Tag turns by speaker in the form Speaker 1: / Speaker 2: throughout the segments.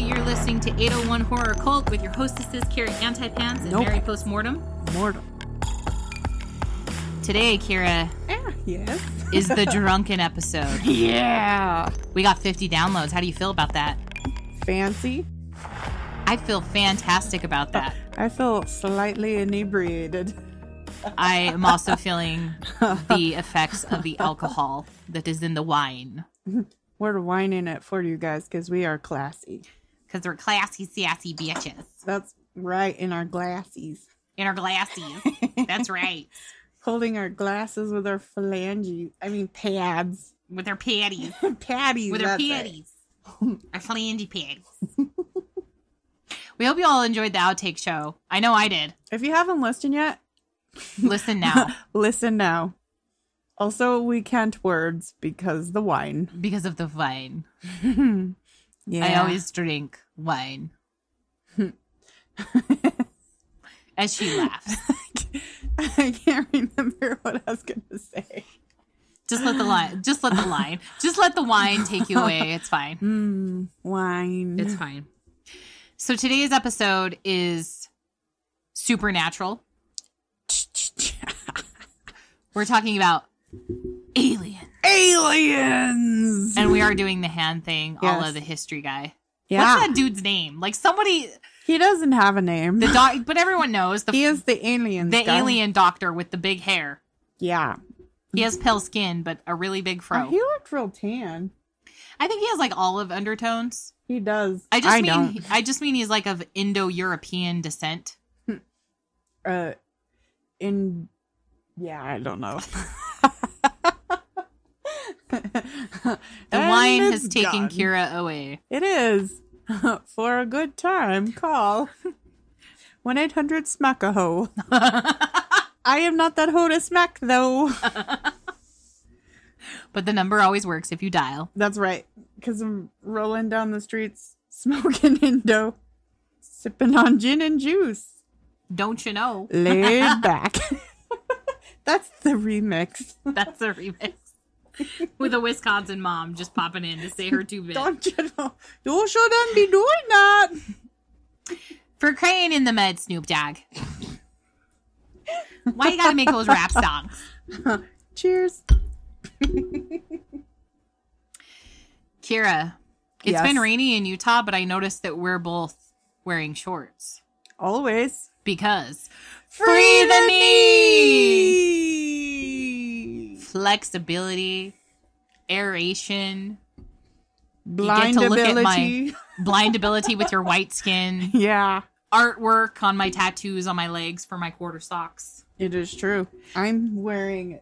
Speaker 1: to 801 Horror Cult with your hostesses Kira Antipants and
Speaker 2: Nope.
Speaker 1: Mary Postmortem.
Speaker 2: Mortal.
Speaker 1: Today, Kira,
Speaker 2: Yes.
Speaker 1: is the drunken episode.
Speaker 2: Yeah.
Speaker 1: We got 50 downloads. How do you feel about that?
Speaker 2: Fancy.
Speaker 1: I feel fantastic about that.
Speaker 2: I feel slightly inebriated.
Speaker 1: I am also feeling the effects of the alcohol that is in the wine.
Speaker 2: We're whining it for you guys because we are classy.
Speaker 1: Because we're classy, sassy bitches.
Speaker 2: That's right in our glassies.
Speaker 1: In our glassies. That's right.
Speaker 2: Holding our glasses with our phalanges. I mean, pads.
Speaker 1: With our patties.
Speaker 2: Patties.
Speaker 1: With our
Speaker 2: that's it.
Speaker 1: patties. Our flangy patties. we hope you all enjoyed the outtake show. I know I did.
Speaker 2: If you haven't listened yet,
Speaker 1: Listen now
Speaker 2: listen now. Also, we can't words because the wine.
Speaker 1: because of the wine.
Speaker 2: Yeah.
Speaker 1: I always drink wine. As she laughs.
Speaker 2: I can't remember what I was going to say.
Speaker 1: Just let the line just let the line. Just let the wine take you away. It's fine.
Speaker 2: Mm, wine.
Speaker 1: Hmm. It's fine. So today's episode is supernatural. We're talking about aliens.
Speaker 2: aliens.
Speaker 1: And we are doing the hand thing, all
Speaker 2: Yes.
Speaker 1: of the history guy.
Speaker 2: yeah,
Speaker 1: What's that dude's name? Like somebody
Speaker 2: he doesn't have a name.
Speaker 1: the doc but everyone knows the
Speaker 2: he is the alien.
Speaker 1: the
Speaker 2: guy.
Speaker 1: alien doctor with the big hair.
Speaker 2: Yeah,
Speaker 1: He has pale skin but a really big fro.
Speaker 2: oh, he looked real tan.
Speaker 1: I think he has like olive undertones.
Speaker 2: He does.
Speaker 1: I just mean
Speaker 2: don't.
Speaker 1: I just mean he's like of Indo-European descent.
Speaker 2: Uh, in yeah, I don't know. the
Speaker 1: The wine has taken Kira away.
Speaker 2: It is for a good time. Call one eight hundred smack a hoe. I am not that hoe to smack though.
Speaker 1: But the number always works if you dial.
Speaker 2: That's right. Because I'm rolling down the streets, smoking Indo, sipping on gin and juice,
Speaker 1: Don't you know?
Speaker 2: laid back. That's the remix.
Speaker 1: That's a remix. With a Wisconsin mom just popping in to say her two bits.
Speaker 2: Don't you know? You shouldn't be doing that.
Speaker 1: For crying in the med, Snoop Dogg. Why you gotta make those rap songs?
Speaker 2: Cheers.
Speaker 1: Kira, It's
Speaker 2: Yes.
Speaker 1: been rainy in Utah, but I noticed that we're both wearing shorts.
Speaker 2: Always.
Speaker 1: Because free the knee! Flexibility, aeration, get to look at my-
Speaker 2: Blindability.
Speaker 1: blindability with your white skin,
Speaker 2: Yeah,
Speaker 1: artwork on my tattoos on my legs for my quarter socks.
Speaker 2: it is true. I'm wearing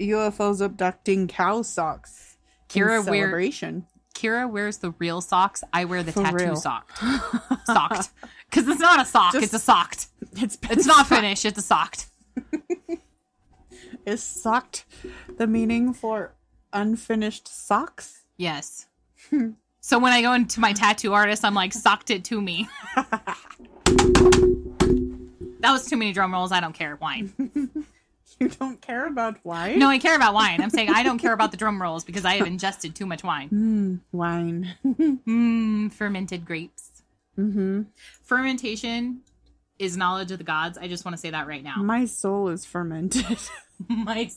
Speaker 2: UFOs abducting cow socks. in
Speaker 1: Kira, wear-
Speaker 2: celebration.
Speaker 1: Kira wears the real socks. I wear the
Speaker 2: For
Speaker 1: tattoo
Speaker 2: real.
Speaker 1: socked. Socked. Because it's not a sock,
Speaker 2: Just-
Speaker 1: it's a socked.
Speaker 2: It's been
Speaker 1: It's not finished, it's a socked.
Speaker 2: is socked the meaning for unfinished socks?
Speaker 1: Yes. so when I go into my tattoo artist, I'm like, socked it to me. that was too many drum rolls. I don't care. Wine.
Speaker 2: You don't care about wine?
Speaker 1: No, I care about wine. I'm saying I don't care about the drum rolls because I have ingested too much wine.
Speaker 2: Mm, wine.
Speaker 1: Mmm, fermented grapes.
Speaker 2: hmm
Speaker 1: Fermentation is knowledge of the gods. I just want to say that right now.
Speaker 2: My soul is fermented.
Speaker 1: My,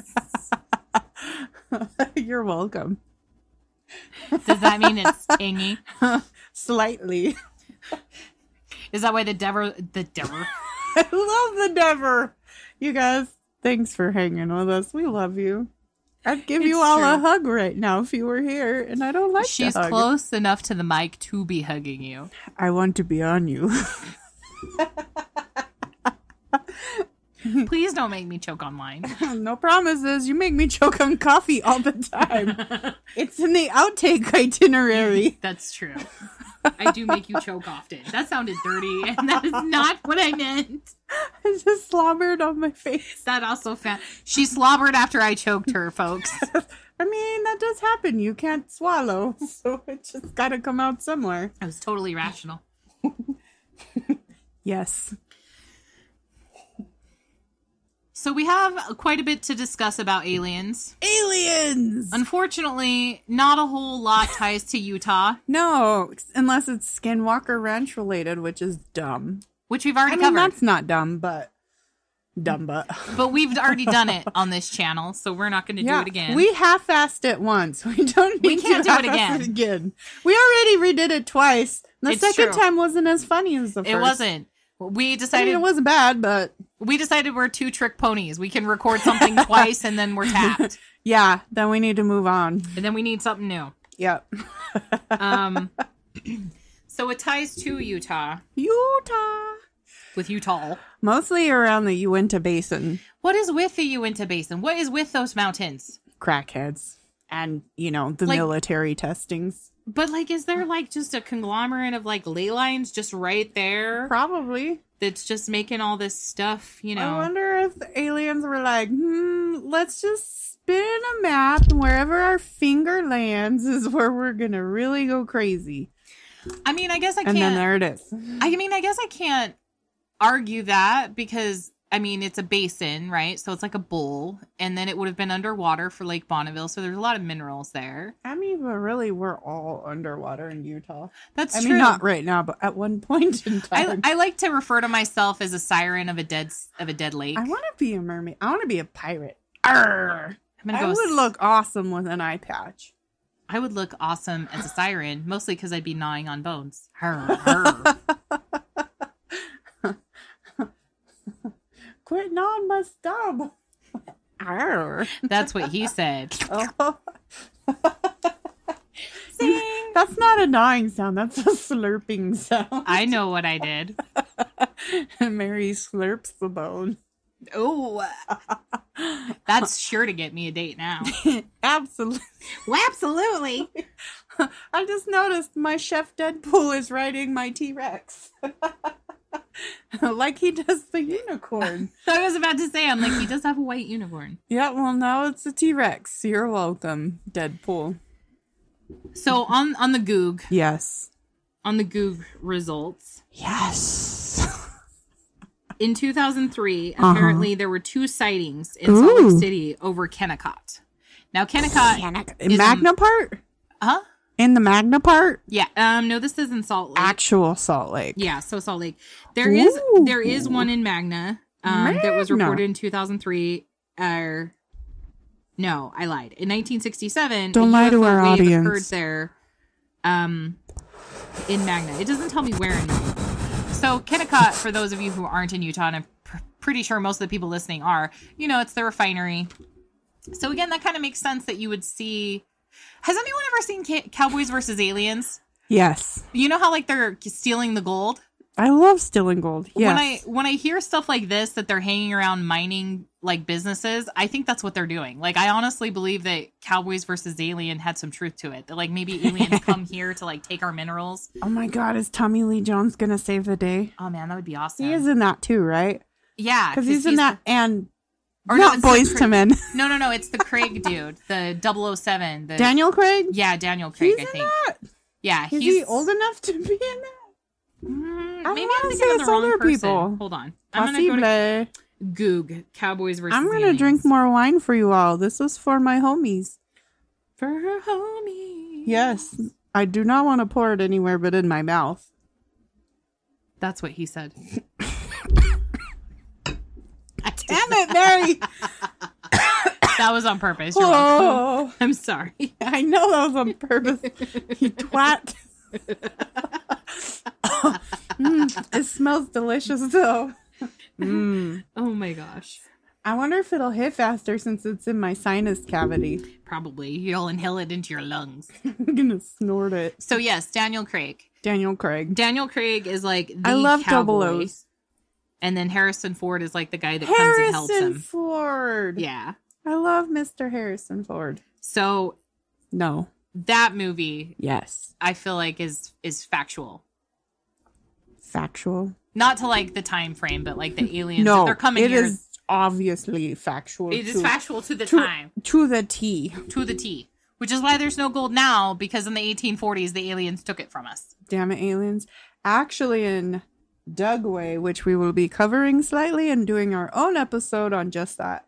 Speaker 2: You're welcome.
Speaker 1: does that mean it's tangy?
Speaker 2: Slightly.
Speaker 1: Is that why the devil, the devil,
Speaker 2: I love the Dever. You guys, thanks for hanging with us. We love you. I'd give you
Speaker 1: It's
Speaker 2: all a
Speaker 1: true.
Speaker 2: hug right now if you were here, and I don't like to
Speaker 1: she's
Speaker 2: hug.
Speaker 1: close enough to the mic to be hugging you?
Speaker 2: I want to be on you.
Speaker 1: Please don't make me choke on wine.
Speaker 2: no promises. You make me choke on coffee all the time. it's in the outtake itinerary.
Speaker 1: That's true. I do make you choke often. That sounded dirty, and that is not what I meant.
Speaker 2: I just slobbered on my face.
Speaker 1: That also found she slobbered after I choked her, folks.
Speaker 2: I mean, that does happen. You can't swallow, so it just gotta come out somewhere.
Speaker 1: I was totally rational.
Speaker 2: Yes.
Speaker 1: So we have quite a bit to discuss about aliens.
Speaker 2: Aliens!
Speaker 1: Unfortunately, not a whole lot ties to Utah,
Speaker 2: no, unless it's Skinwalker Ranch related, which is dumb.
Speaker 1: which we've already
Speaker 2: I mean,
Speaker 1: covered.
Speaker 2: that's not dumb, but dumb, but
Speaker 1: But we've already done it on this channel, so we're not going to do it again.
Speaker 2: We half-assed it once. We don't.
Speaker 1: We
Speaker 2: Need
Speaker 1: can't
Speaker 2: to
Speaker 1: do it
Speaker 2: half-ass again. We already redid it twice. The
Speaker 1: It's
Speaker 2: second
Speaker 1: true.
Speaker 2: time wasn't as funny as the first.
Speaker 1: it wasn't. We
Speaker 2: I
Speaker 1: decided
Speaker 2: mean, it wasn't bad, but
Speaker 1: we decided we're two trick ponies. We can record something twice and then we're tapped,
Speaker 2: yeah. Then we need to move on.
Speaker 1: and then we need something new.
Speaker 2: Yep.
Speaker 1: Um, so it ties to Utah
Speaker 2: Utah.
Speaker 1: with Utah.
Speaker 2: Mostly around the Uinta Basin,
Speaker 1: What is with the Uinta Basin? What is with those mountains?
Speaker 2: crackheads, and you know the
Speaker 1: Like-
Speaker 2: military testings.
Speaker 1: But like, is there like just a conglomerate of like ley lines just right there
Speaker 2: Probably.
Speaker 1: that's just making all this stuff? You
Speaker 2: I
Speaker 1: know,
Speaker 2: wonder if the aliens were like, hmm, let's just spin a map, and wherever our finger lands is where we're gonna really go crazy.
Speaker 1: I mean, I guess I
Speaker 2: and then
Speaker 1: can't.
Speaker 2: there it is.
Speaker 1: I mean, I guess I can't argue that because I mean it's a basin, right? So it's like a bowl, and then it would have been underwater for Lake Bonneville, so there's a lot of minerals there.
Speaker 2: I mean, but really, we're all underwater in Utah.
Speaker 1: That's
Speaker 2: I
Speaker 1: true.
Speaker 2: mean, not right now, but at one point in
Speaker 1: I,
Speaker 2: time. I,
Speaker 1: I like to refer to myself as a siren of a dead s- of a dead lake. I'm
Speaker 2: want to be a mermaid. I want to be a pirate. Arr!
Speaker 1: gonna
Speaker 2: I
Speaker 1: go.
Speaker 2: would
Speaker 1: s-
Speaker 2: look awesome with an eye patch.
Speaker 1: I would look awesome as a siren, mostly because I'd be gnawing on bones. Her, her.
Speaker 2: Quit gnawing my stub. Arr.
Speaker 1: That's what he said.
Speaker 2: Oh,
Speaker 1: Zing.
Speaker 2: that's not a gnawing sound. That's a slurping sound.
Speaker 1: I know what I did.
Speaker 2: Mary slurps the bone.
Speaker 1: Oh, that's sure to get me a date now.
Speaker 2: Absolutely.
Speaker 1: well, absolutely.
Speaker 2: I just noticed my chef Deadpool is riding my T Rex. like he does the unicorn.
Speaker 1: I was about to say, I'm like, he does have a white unicorn.
Speaker 2: yeah, well, now it's a T Rex. You're welcome, Deadpool.
Speaker 1: So on on the Goog,
Speaker 2: Yes.
Speaker 1: on the Goog results
Speaker 2: Yes.
Speaker 1: in 2003,
Speaker 2: Uh-huh.
Speaker 1: apparently there were two sightings in Salt
Speaker 2: Ooh.
Speaker 1: Lake City over Kennecott. Now
Speaker 2: Uh,
Speaker 1: Kennecott,
Speaker 2: In Magna part?
Speaker 1: huh?
Speaker 2: In the Magna part?
Speaker 1: Yeah. Um. No, this is in Salt Lake.
Speaker 2: Actual Salt Lake.
Speaker 1: Yeah, so Salt Lake. There is there is
Speaker 2: Ooh.
Speaker 1: one in Magna, um, that was
Speaker 2: Magna.
Speaker 1: reported in 2003. Or er, no, I lied. In 1967,
Speaker 2: Don't
Speaker 1: a
Speaker 2: lie to
Speaker 1: UFO
Speaker 2: our
Speaker 1: wave
Speaker 2: audience.
Speaker 1: Occurred there, um, in Magna. It doesn't tell me where in Magna. So Kennecott, for those of you who aren't in Utah, and I'm pr- pretty sure most of the people listening are, you know, it's the refinery. So again, that kind of makes sense that you would see. Has anyone ever seen ca- Cowboys versus Aliens?
Speaker 2: Yes.
Speaker 1: You know how like they're stealing the gold.
Speaker 2: I love stealing gold. Yes.
Speaker 1: When I when I hear stuff like this that they're hanging around mining like businesses, I think that's what they're doing. Like I honestly believe that Cowboys versus Alien had some truth to it. That like maybe aliens come here to like take our minerals.
Speaker 2: oh my God, is Tommy Lee Jones going to save the day?
Speaker 1: Oh man, that would be awesome.
Speaker 2: He is in that too, right?
Speaker 1: yeah,
Speaker 2: Because he's, in that and
Speaker 1: Uh, or no,
Speaker 2: not
Speaker 1: it's the
Speaker 2: Boys
Speaker 1: Cra-
Speaker 2: to Men.
Speaker 1: No, no, no, it's the Craig dude, the 007, the
Speaker 2: Daniel Craig.
Speaker 1: Yeah, Daniel Craig, I
Speaker 2: He's in
Speaker 1: think. Yeah,
Speaker 2: Is
Speaker 1: he's
Speaker 2: he old enough to be in that?
Speaker 1: Mm,
Speaker 2: don't
Speaker 1: maybe
Speaker 2: wanna
Speaker 1: I'm
Speaker 2: say
Speaker 1: thinking of
Speaker 2: it's
Speaker 1: the wrong
Speaker 2: older
Speaker 1: person.
Speaker 2: people.
Speaker 1: Hold on. I'm going to
Speaker 2: Possible.
Speaker 1: go to Goog Cowboys versus
Speaker 2: I'm gonna
Speaker 1: Aliens.
Speaker 2: drink more wine for you all. This was for my homies.
Speaker 1: for her homie.
Speaker 2: Yes, I do not want to pour it anywhere but in my mouth.
Speaker 1: That's what he said.
Speaker 2: Damn it, Mary!
Speaker 1: That was on purpose. You're welcome.
Speaker 2: Whoa!
Speaker 1: I'm sorry.
Speaker 2: I know that was on purpose. You twat. Mm, it smells delicious though. Mm.
Speaker 1: Oh my gosh.
Speaker 2: I wonder if it'll hit faster since it's in my sinus cavity.
Speaker 1: Probably you'll inhale it into your lungs.
Speaker 2: I'm gonna snort it.
Speaker 1: So yes, Daniel Craig.
Speaker 2: Daniel Craig.
Speaker 1: Double Craig is like the
Speaker 2: I love
Speaker 1: cowboy.
Speaker 2: double O's.
Speaker 1: And then Harrison Ford is like the guy that comes and
Speaker 2: Harrison
Speaker 1: helps him.
Speaker 2: Ford.
Speaker 1: Yeah.
Speaker 2: I love Mr. Harrison Ford.
Speaker 1: So
Speaker 2: No.
Speaker 1: that movie
Speaker 2: Yes.
Speaker 1: I feel like is is factual.
Speaker 2: Factual.
Speaker 1: Not to like the time frame, but like the aliens. if they're coming
Speaker 2: it
Speaker 1: here.
Speaker 2: is obviously factual.
Speaker 1: it is
Speaker 2: to-
Speaker 1: factual to the
Speaker 2: to-
Speaker 1: time.
Speaker 2: to the T.
Speaker 1: to the T, which is why there's no gold now because in the 1840s the aliens took it from us.
Speaker 2: Damn it, aliens! Actually, in Dugway, which we will be covering slightly and doing our own episode on just that.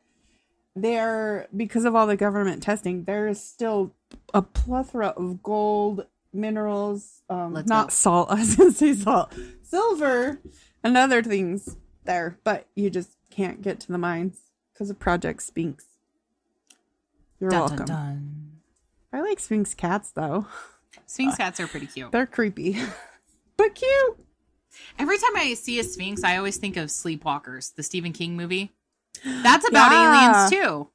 Speaker 2: There, because of all the government testing, there is still a plethora of gold minerals, um,
Speaker 1: Let's
Speaker 2: not
Speaker 1: go.
Speaker 2: salt. I was gonna say salt, silver, and other things there, but you just can't get to the mines because of Project Sphinx. You're
Speaker 1: Dun,
Speaker 2: welcome.
Speaker 1: dun, dun.
Speaker 2: I like Sphinx cats though;
Speaker 1: Sphinx cats are pretty cute.
Speaker 2: they're creepy, but cute.
Speaker 1: Every time I see a Sphinx, I always think of Sleepwalkers, the Stephen King movie. That's about
Speaker 2: Yeah.
Speaker 1: aliens too.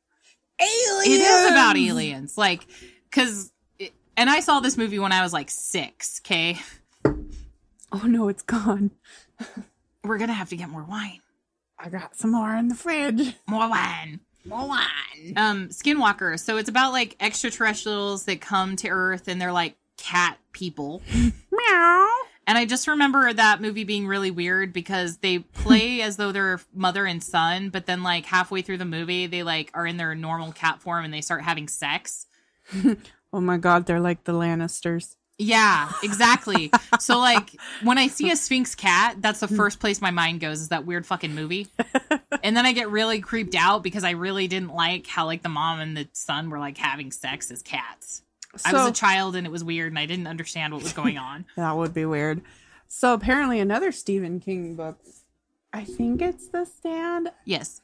Speaker 2: Aliens.
Speaker 1: It is about aliens. Like, because, and I saw this movie when I was like six, okay?
Speaker 2: Oh no, it's gone.
Speaker 1: We're going to have to get more wine.
Speaker 2: I got some more in the fridge.
Speaker 1: More wine.
Speaker 2: More wine.
Speaker 1: Um, Skinwalker. So it's about like extraterrestrials that come to Earth and they're like cat people.
Speaker 2: Meow.
Speaker 1: And I just remember that movie being really weird because they play as though they're mother and son, but then like halfway through the movie, they like are in their normal cat form and they start having sex.
Speaker 2: Oh my god, they're like the Lannisters.
Speaker 1: Yeah, exactly. so like when I see a Sphinx cat, that's the first place my mind goes is that weird fucking movie. and then I get really creeped out because I really didn't like how like the mom and the son were like having sex as cats. I was
Speaker 2: So-
Speaker 1: a child and it was weird and I didn't understand what was going on.
Speaker 2: That would be weird. So apparently, another Stephen King book, I think it's The Stand,
Speaker 1: yes.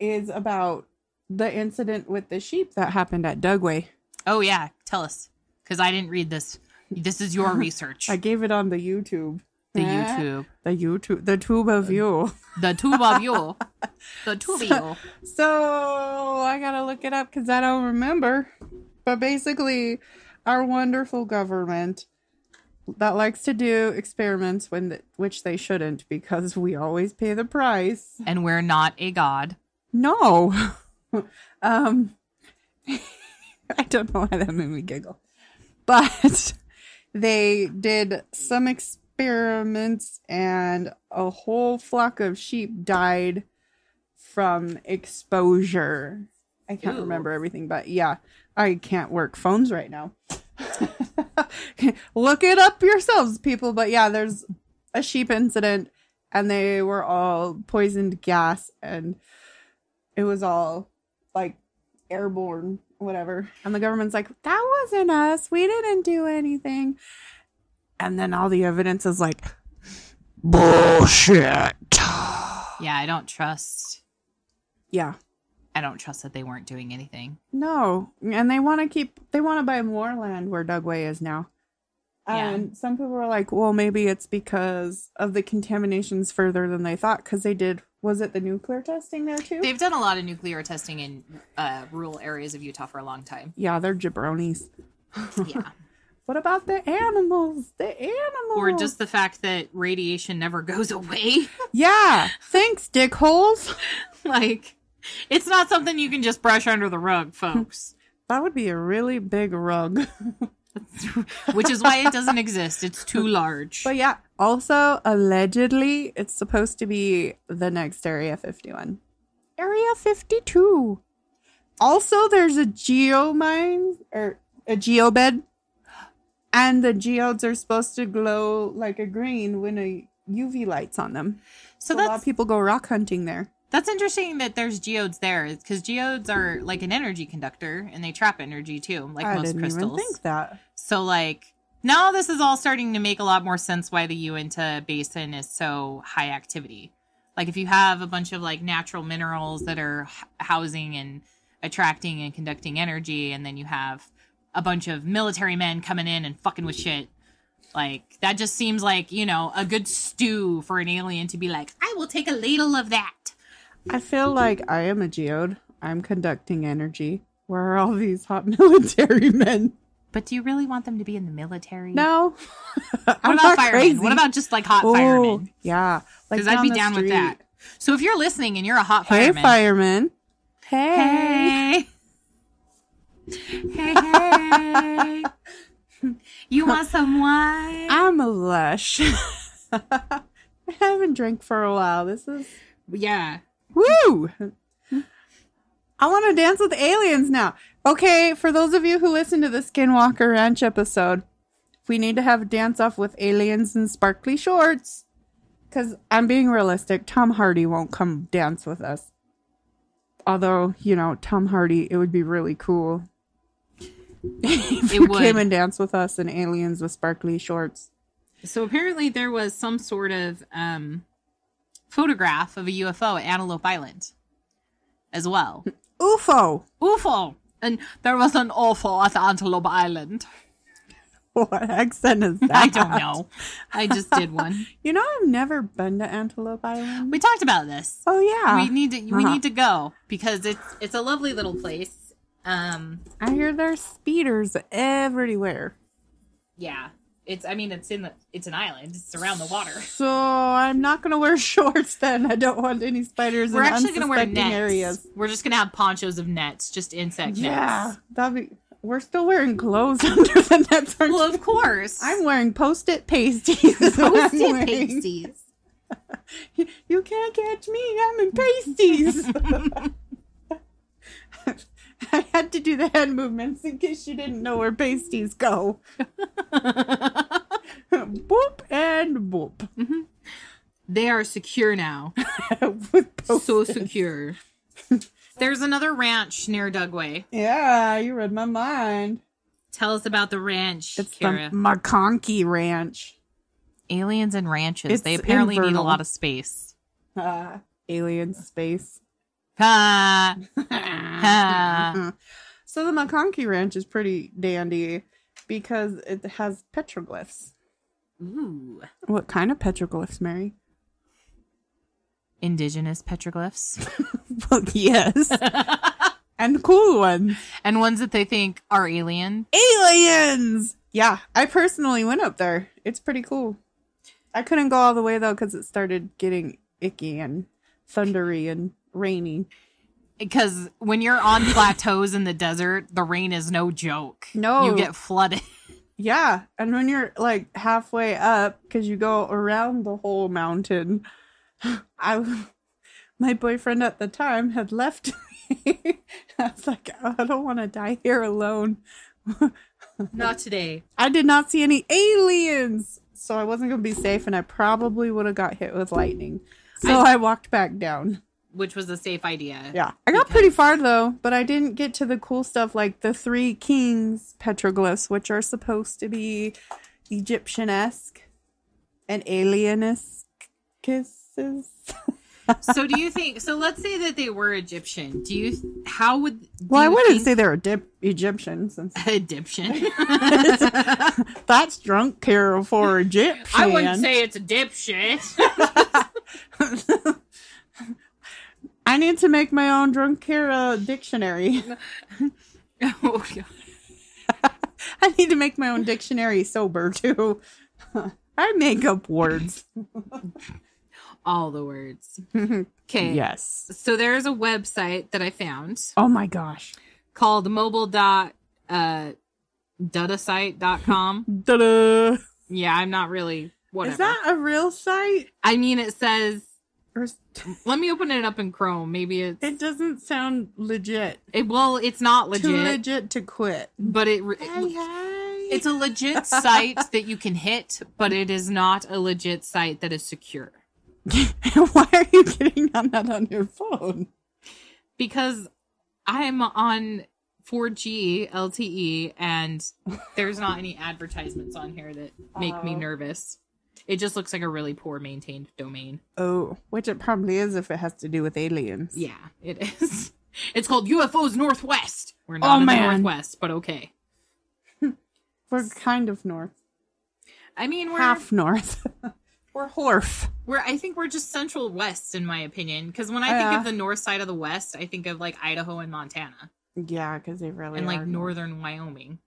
Speaker 2: is about the incident with the sheep that happened at Dugway.
Speaker 1: Oh yeah, tell us cuz I didn't read this. This is your research.
Speaker 2: I gave it on the YouTube.
Speaker 1: the
Speaker 2: Eh,
Speaker 1: YouTube.
Speaker 2: The YouTube. The tube of you.
Speaker 1: The tube of you. The tube of you.
Speaker 2: So I gotta look it up because I don't remember. But basically, our wonderful government that likes to do experiments when th- which they shouldn't because we always pay the price.
Speaker 1: And we're not a god.
Speaker 2: No, um, I don't know why that made me giggle, but they did some experiments and a whole flock of sheep died from exposure. I can't
Speaker 1: Ew.
Speaker 2: remember everything, but yeah, I can't work phones right now. Look it up yourselves, people. But yeah, there's a sheep incident, and they were all poisoned gas, and it was all like airborne, whatever. And the government's like, that wasn't us. We didn't do anything. And then all the evidence is like, bullshit.
Speaker 1: Yeah, I don't trust.
Speaker 2: Yeah.
Speaker 1: I don't trust that they weren't doing anything.
Speaker 2: No. And they want to keep, they want to buy more land where Dugway is now.
Speaker 1: Yeah.
Speaker 2: And some people were like, well, maybe it's because of the contaminations further than they thought because they did, was it the nuclear testing there too?
Speaker 1: They've done a lot of nuclear testing in uh, rural areas of Utah for a long time.
Speaker 2: yeah, they're jabronis.
Speaker 1: Yeah.
Speaker 2: What about the animals? The animals.
Speaker 1: or just the fact that radiation never goes away.
Speaker 2: Yeah. Thanks, dickholes.
Speaker 1: like, it's not something you can just brush under the rug, folks.
Speaker 2: That would be a really big rug.
Speaker 1: Which is why it doesn't exist. It's too large.
Speaker 2: but yeah, also allegedly it's supposed to be the next Area 51. Area 52. Also there's a geo mine or a geo bed and the geodes are supposed to glow like a green when a UV lights on them.
Speaker 1: so
Speaker 2: a lot of
Speaker 1: that's
Speaker 2: people go rock hunting there.
Speaker 1: that's interesting that there's geodes there because geodes are like an energy conductor and they trap energy too, like
Speaker 2: I
Speaker 1: most
Speaker 2: didn't
Speaker 1: crystals.
Speaker 2: even think that.
Speaker 1: So like now this is all starting to make a lot more sense why the Uinta Basin is so high activity. Like if you have a bunch of like natural minerals that are h- housing and attracting and conducting energy and then you have a bunch of military men coming in and fucking with shit. Like that just seems like, you know, a good stew for an alien to be like, "I will take a ladle of that."
Speaker 2: I feel like I am a geode. I'm conducting energy. Where are all these hot military men?
Speaker 1: But do you really want them to be in the military?
Speaker 2: No.
Speaker 1: What
Speaker 2: I'm
Speaker 1: about
Speaker 2: not
Speaker 1: firemen?
Speaker 2: crazy.
Speaker 1: What about just like hot
Speaker 2: Oh,
Speaker 1: firemen?
Speaker 2: Yeah. Like
Speaker 1: Because I'd be
Speaker 2: the
Speaker 1: down with
Speaker 2: street.
Speaker 1: that. So if you're listening and you're a hot
Speaker 2: Hey,
Speaker 1: fireman,
Speaker 2: fireman. Hey.
Speaker 1: hey, hey, hey, you want some wine?
Speaker 2: I'm a lush. I haven't drank for a while. This is
Speaker 1: yeah,
Speaker 2: Woo! I want to dance with aliens now. Okay, for those of you who listen to the Skinwalker Ranch episode, we need to have a dance off with aliens in sparkly shorts. Because I'm being realistic, Tom Hardy won't come dance with us. Although, you know, Tom Hardy, it would be really cool. if he
Speaker 1: would.
Speaker 2: came and danced with us in Aliens with sparkly shorts.
Speaker 1: So apparently there was some sort of um, photograph of a UFO at Antelope Island as well.
Speaker 2: UFO!
Speaker 1: UFO! And there was an UFO at Antelope Island.
Speaker 2: What accent is that?
Speaker 1: I don't know. I just did one.
Speaker 2: You know, I've never been to Antelope Island.
Speaker 1: We talked about this.
Speaker 2: Oh, yeah.
Speaker 1: We need to we
Speaker 2: Uh-huh.
Speaker 1: need to go because it's it's a lovely little place. Um
Speaker 2: I hear there's speeders everywhere.
Speaker 1: yeah. It's I mean it's in the it's an island. It's around the water.
Speaker 2: So I'm not gonna wear shorts then. I don't want any spiders
Speaker 1: We're
Speaker 2: in
Speaker 1: actually going to wear
Speaker 2: unsuspecting
Speaker 1: nets.
Speaker 2: areas.
Speaker 1: We're just going to have ponchos of nets, just insect
Speaker 2: Yeah,
Speaker 1: nets.
Speaker 2: that'd be. We're still wearing clothes under the nets. Aren't
Speaker 1: Well, of course.
Speaker 2: I'm wearing post-it pasties. is what I'm
Speaker 1: Post-it
Speaker 2: wearing.
Speaker 1: pasties.
Speaker 2: You can't catch me. I'm in pasties. I had to do the hand movements in case you didn't know where pasties go. boop and boop.
Speaker 1: They are secure now.
Speaker 2: With post-
Speaker 1: so secure. There's another ranch near Dugway.
Speaker 2: yeah, you read my mind.
Speaker 1: Tell us about the ranch,
Speaker 2: It's
Speaker 1: Kara.
Speaker 2: the McConkey Ranch.
Speaker 1: Aliens and ranches.
Speaker 2: It's
Speaker 1: they apparently need a
Speaker 2: infernal.
Speaker 1: lot of space.
Speaker 2: Ah, alien space.
Speaker 1: Ha. Ha.
Speaker 2: So the McConkey Ranch is pretty dandy because it has petroglyphs.
Speaker 1: Ooh.
Speaker 2: What kind of petroglyphs, Mary?
Speaker 1: Indigenous petroglyphs.
Speaker 2: Well, yes. and cool ones.
Speaker 1: and ones that they think are alien.
Speaker 2: Aliens! Yeah, I personally went up there. It's pretty cool. I couldn't go all the way though because it started getting icky and thundery and rainy.
Speaker 1: Because when you're on plateaus in the desert, the rain is no joke.
Speaker 2: No.
Speaker 1: You get flooded.
Speaker 2: Yeah, and when you're like halfway up, because you go around the whole mountain, I, my boyfriend at the time had left me. I was like, "Oh, I don't want to die here alone.
Speaker 1: Not today.
Speaker 2: I did not see any aliens, so I wasn't going to be safe, and I probably would have got hit with lightning. So I, walked back down.
Speaker 1: Which was a safe idea.
Speaker 2: Yeah, I got pretty far though, but I didn't get to the cool stuff like the three kings petroglyphs, which are supposed to be Egyptian esque and alien esque kisses.
Speaker 1: so do you think so let's say that they were egyptian do you how would do
Speaker 2: Well, I
Speaker 1: you
Speaker 2: wouldn't
Speaker 1: think-
Speaker 2: say they're Egyp- Egyptian since
Speaker 1: egyptian
Speaker 2: that's drunk care for Egyptian.
Speaker 1: i wouldn't say it's a dipshit
Speaker 2: I need to make my own drunk care uh, dictionary.
Speaker 1: Oh, God.
Speaker 2: I need to make my own dictionary sober too. I make up words.
Speaker 1: all the words
Speaker 2: Eh.
Speaker 1: okay
Speaker 2: yes.
Speaker 1: so there's a website that i found
Speaker 2: Oh my gosh.
Speaker 1: called mobile dot uh com.
Speaker 2: Ta-da.
Speaker 1: yeah i'm not really whatever
Speaker 2: Is that a real site?
Speaker 1: i mean it says
Speaker 2: Or is-
Speaker 1: let me open it up in chrome maybe it's
Speaker 2: it doesn't sound legit.
Speaker 1: it, well it's not legit
Speaker 2: Too legit to quit.
Speaker 1: but it, re-
Speaker 2: Hey, hey.
Speaker 1: It's a legit site that you can hit, but it is not a legit site that is secure.
Speaker 2: Why are you getting on that on your phone?
Speaker 1: Because I'm on 4G LTE E and there's not any advertisements on here that make me
Speaker 2: Oh.
Speaker 1: nervous. It just looks like a really poor maintained domain.
Speaker 2: Oh, which it probably is if it has to do with aliens.
Speaker 1: Yeah, it is. It's called UFOs Northwest. We're not
Speaker 2: Oh,
Speaker 1: in the
Speaker 2: man.
Speaker 1: Northwest, but okay.
Speaker 2: We're kind of north.
Speaker 1: I mean, we're
Speaker 2: Half north. We're horf.
Speaker 1: We're I think we're just central west in my opinion because when I think
Speaker 2: Yeah.
Speaker 1: of the north side of the west, I think of like Idaho and Montana
Speaker 2: Yeah, because they really
Speaker 1: and like
Speaker 2: are
Speaker 1: northern Wyoming.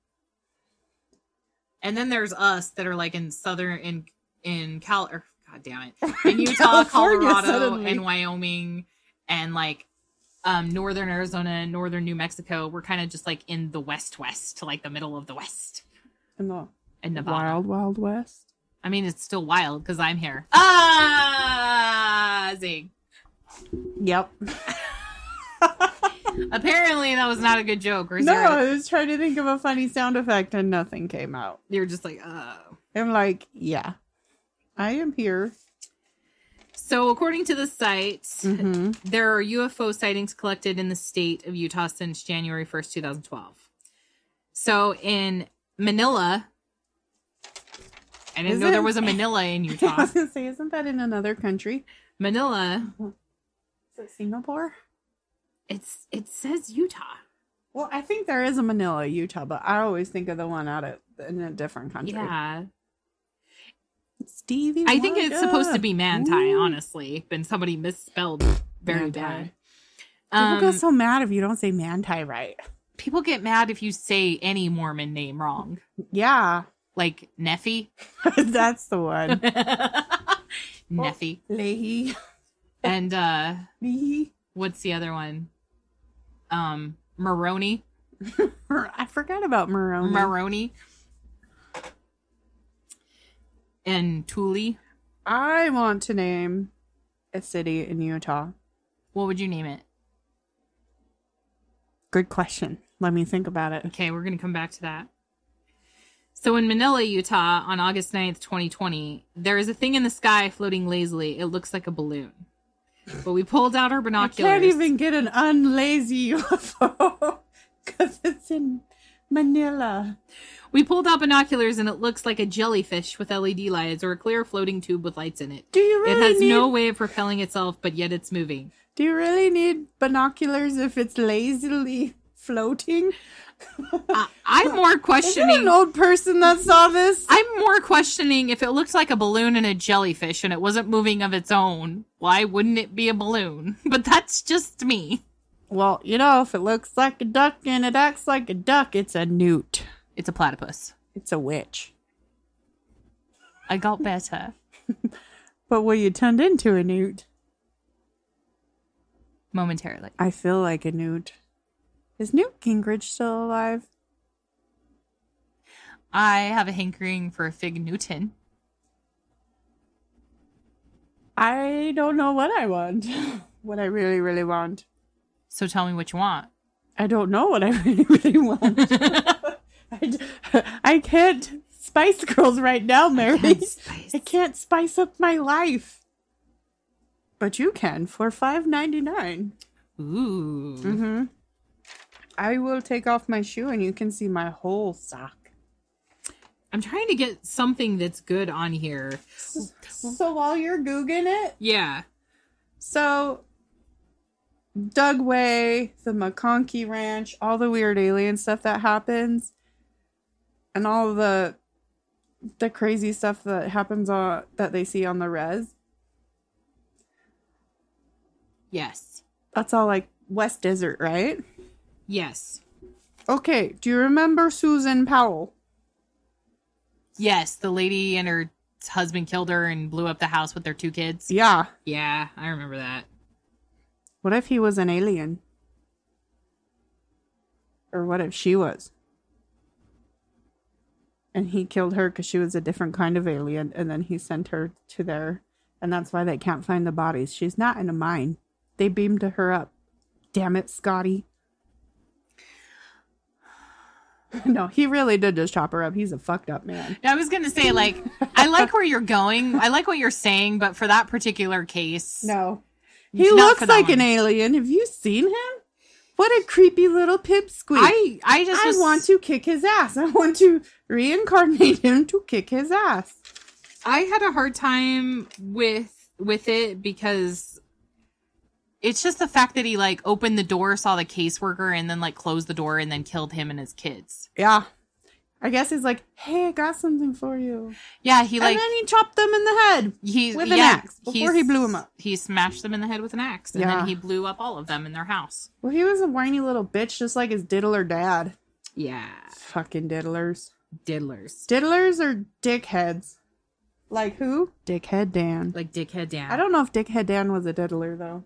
Speaker 1: And then there's us that are like in southern in in Cal or god damn it. In Utah,
Speaker 2: California,
Speaker 1: Colorado
Speaker 2: suddenly.
Speaker 1: and Wyoming and like um northern Arizona and northern New Mexico. We're kind of just like in the west west to like the middle of the west
Speaker 2: in the
Speaker 1: and Nevada.
Speaker 2: wild, wild west.
Speaker 1: I mean it's still wild because I'm here. Ah zing.
Speaker 2: Yep.
Speaker 1: Apparently, that was not a good joke. Or
Speaker 2: No,
Speaker 1: zero.
Speaker 2: I was trying to think of a funny sound effect and nothing came out.
Speaker 1: uh. You're just like, oh.
Speaker 2: I'm like, yeah, I am here.
Speaker 1: So, according to the site,
Speaker 2: hmm
Speaker 1: there are UFO sightings collected in the state of Utah since January 1st, 2012. So, in Manila, I didn't
Speaker 2: Is
Speaker 1: know there
Speaker 2: it-
Speaker 1: was a Manila in
Speaker 2: I
Speaker 1: Utah.
Speaker 2: was gonna say, isn't that in another country?
Speaker 1: Manila,
Speaker 2: Is it Singapore?
Speaker 1: it's it says Utah.
Speaker 2: Well, I think there is a Manila, Utah, but I always think of the one out of in a different country.
Speaker 1: Yeah.
Speaker 2: Stevie.
Speaker 1: I think it's supposed to
Speaker 2: Wonder.
Speaker 1: be Manti,
Speaker 2: Ooh.
Speaker 1: honestly, but somebody misspelled very
Speaker 2: Manti.
Speaker 1: bad.
Speaker 2: People
Speaker 1: Um,
Speaker 2: get so mad if you don't say Manti right.
Speaker 1: people get mad if you say any Mormon name wrong,
Speaker 2: Yeah,
Speaker 1: like Nephi.
Speaker 2: that's the one.
Speaker 1: Nephi.
Speaker 2: Leahy.
Speaker 1: And uh
Speaker 2: Leahy.
Speaker 1: what's the other one? Um Maroni.
Speaker 2: I forgot about Maroon.
Speaker 1: Maroni. And Thule.
Speaker 2: I want to name a city in Utah.
Speaker 1: What would you name it?
Speaker 2: Good question. Let me think about it.
Speaker 1: Okay, we're going to come back to that. So in Manila, Utah, on August 9th, 2020, there is a thing in the sky floating lazily. It looks like a balloon. But we pulled out our
Speaker 2: I
Speaker 1: binoculars.
Speaker 2: can't even get an unlazy UFO because it's in Manila.
Speaker 1: We pulled out binoculars and it looks like a jellyfish with LED lights or a clear floating tube with lights in it.
Speaker 2: Do you
Speaker 1: It
Speaker 2: really
Speaker 1: has
Speaker 2: need?
Speaker 1: no way of propelling itself, but yet it's moving.
Speaker 2: do you really need binoculars if it's lazily floating?
Speaker 1: I, I'm more
Speaker 2: Is there an
Speaker 1: questioning.
Speaker 2: old person that saw this?
Speaker 1: I'm more questioning if it looked like a balloon and a jellyfish and it wasn't moving of its own. Why wouldn't it be a balloon? But that's just me.
Speaker 2: Well, you know, if it looks like a duck and it acts like a duck, it's a newt.
Speaker 1: It's a platypus.
Speaker 2: It's a witch.
Speaker 1: I got better.
Speaker 2: But will you turned into a newt?
Speaker 1: Momentarily.
Speaker 2: I feel like a newt. Is Newt Gingrich still alive?
Speaker 1: I have a hankering for a fig Newton.
Speaker 2: I don't know what I want. what I really, really want.
Speaker 1: So tell me what you want.
Speaker 2: I don't know what I really, really want. I, d- I can't Spice Girls right now, Mary.
Speaker 1: Spice.
Speaker 2: I can't spice up my life. But you can for five ninety nine.
Speaker 1: Ooh.
Speaker 2: Mm-hmm. I will take off my shoe and you can see my whole sock.
Speaker 1: I'm trying to get something that's good on here.
Speaker 2: So while you're googling it,
Speaker 1: Yeah.
Speaker 2: so Doug Way, the McConkey Ranch, all the weird alien stuff that happens, and all the the crazy stuff that happens on that they see on the res.
Speaker 1: Yes.
Speaker 2: That's all like West Desert, right?
Speaker 1: Yes.
Speaker 2: Okay, do you remember Susan Powell?
Speaker 1: Yes. The lady and her husband killed her and blew up the house with their two kids.
Speaker 2: Yeah.
Speaker 1: Yeah, I remember that.
Speaker 2: What if he was an alien? Or what if she was? And he killed her because she was a different kind of alien, and then he sent her to there, and that's why they can't find the bodies. She's not in a mine. They beamed her up. Damn it, Scotty. no, he really did just chop her up. He's a fucked up man.
Speaker 1: Now, I was going to say, like, I like where you're going. I like what you're saying, but for that particular case,
Speaker 2: No. He
Speaker 1: Not
Speaker 2: looks
Speaker 1: for that
Speaker 2: like an
Speaker 1: one.
Speaker 2: alien. Have you seen him? What a creepy little pipsqueak.
Speaker 1: I, I just
Speaker 2: I
Speaker 1: was-
Speaker 2: want to kick his ass. I want to reincarnate him to kick his ass.
Speaker 1: I had a hard time with with it because it's just the fact that he like opened the door, saw the caseworker, and then like closed the door and then killed him and his kids.
Speaker 2: Yeah. I guess he's like, hey, I got something for you.
Speaker 1: Yeah, he
Speaker 2: and
Speaker 1: like
Speaker 2: then he chopped them in the head.
Speaker 1: he
Speaker 2: with an
Speaker 1: yeah,
Speaker 2: axe before he blew 'em up.
Speaker 1: He smashed them in the head with an axe, and
Speaker 2: Yeah.
Speaker 1: then he blew up all of them in their house.
Speaker 2: Well, he was a whiny little bitch, just like his diddler dad.
Speaker 1: Yeah,
Speaker 2: Fucking diddlers.
Speaker 1: diddlers
Speaker 2: Diddlers are dickheads. Like who? Dickhead Dan.
Speaker 1: like dickhead Dan.
Speaker 2: I don't know if Dickhead Dan was a diddler, though.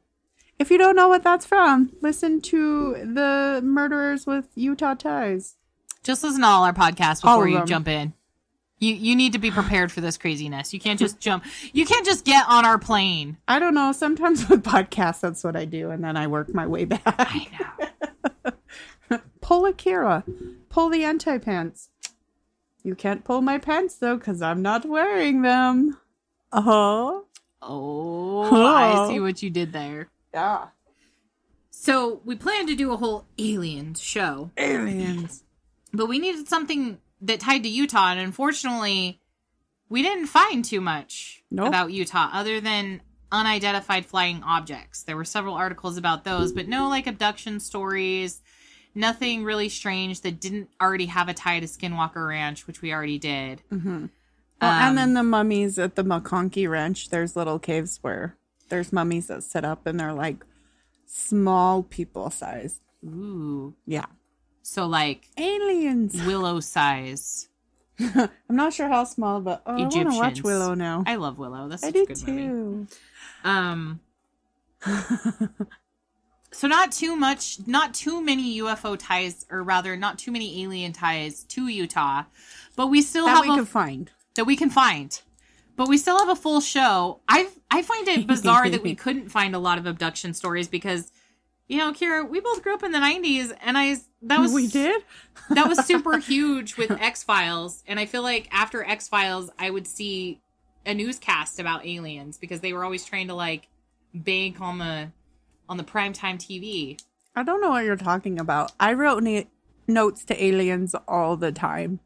Speaker 2: If you don't know what that's from, listen to the Murderers with Utah Ties.
Speaker 1: just listen to all our podcasts
Speaker 2: All
Speaker 1: before
Speaker 2: of
Speaker 1: you
Speaker 2: them.
Speaker 1: jump in. You you need to be prepared for this craziness. You can't just jump. You can't just get on our plane.
Speaker 2: I don't know. Sometimes with podcasts, that's what I do, and then I work my way back.
Speaker 1: I know.
Speaker 2: pull Akira, pull the anti pants. You can't pull my pants though, because I'm not wearing them. Uh huh.
Speaker 1: Oh,
Speaker 2: Huh.
Speaker 1: I see what you did there.
Speaker 2: Yeah.
Speaker 1: So we planned to do a whole aliens show,
Speaker 2: Aliens.
Speaker 1: but we needed something that tied to Utah, and unfortunately, we didn't find too much
Speaker 2: Nope.
Speaker 1: about Utah other than unidentified flying objects. There were several articles about those, but no like abduction stories, nothing really strange that didn't already have a tie to Skinwalker Ranch, which we already did.
Speaker 2: Mm-hmm. Well,
Speaker 1: Um,
Speaker 2: and then the mummies at the McConkie Ranch. There's little caves where there's mummies that sit up, and they're like small people size.
Speaker 1: Ooh,
Speaker 2: Yeah.
Speaker 1: so like
Speaker 2: Aliens.
Speaker 1: willow size.
Speaker 2: I'm not sure how small, but oh, I want to watch
Speaker 1: Egyptians.
Speaker 2: Willow now. I,
Speaker 1: I love Willow. That's such
Speaker 2: do
Speaker 1: a good movie.
Speaker 2: too.
Speaker 1: Um, so not too much, not too many UFO ties, or rather, not too many alien ties to Utah, but we still
Speaker 2: that we
Speaker 1: have a,
Speaker 2: could find.
Speaker 1: that we can find. But we still have a full show. I I find it bizarre that we couldn't find a lot of abduction stories because, you know, Kira, we both grew up in the '90s, and I that was
Speaker 2: we did.
Speaker 1: that was super huge with X Files, and I feel like after X Files, I would see a newscast about aliens because they were always trying to like bank on the on the primetime TV.
Speaker 2: I don't know what you're talking about. I wrote na- notes to aliens all the time.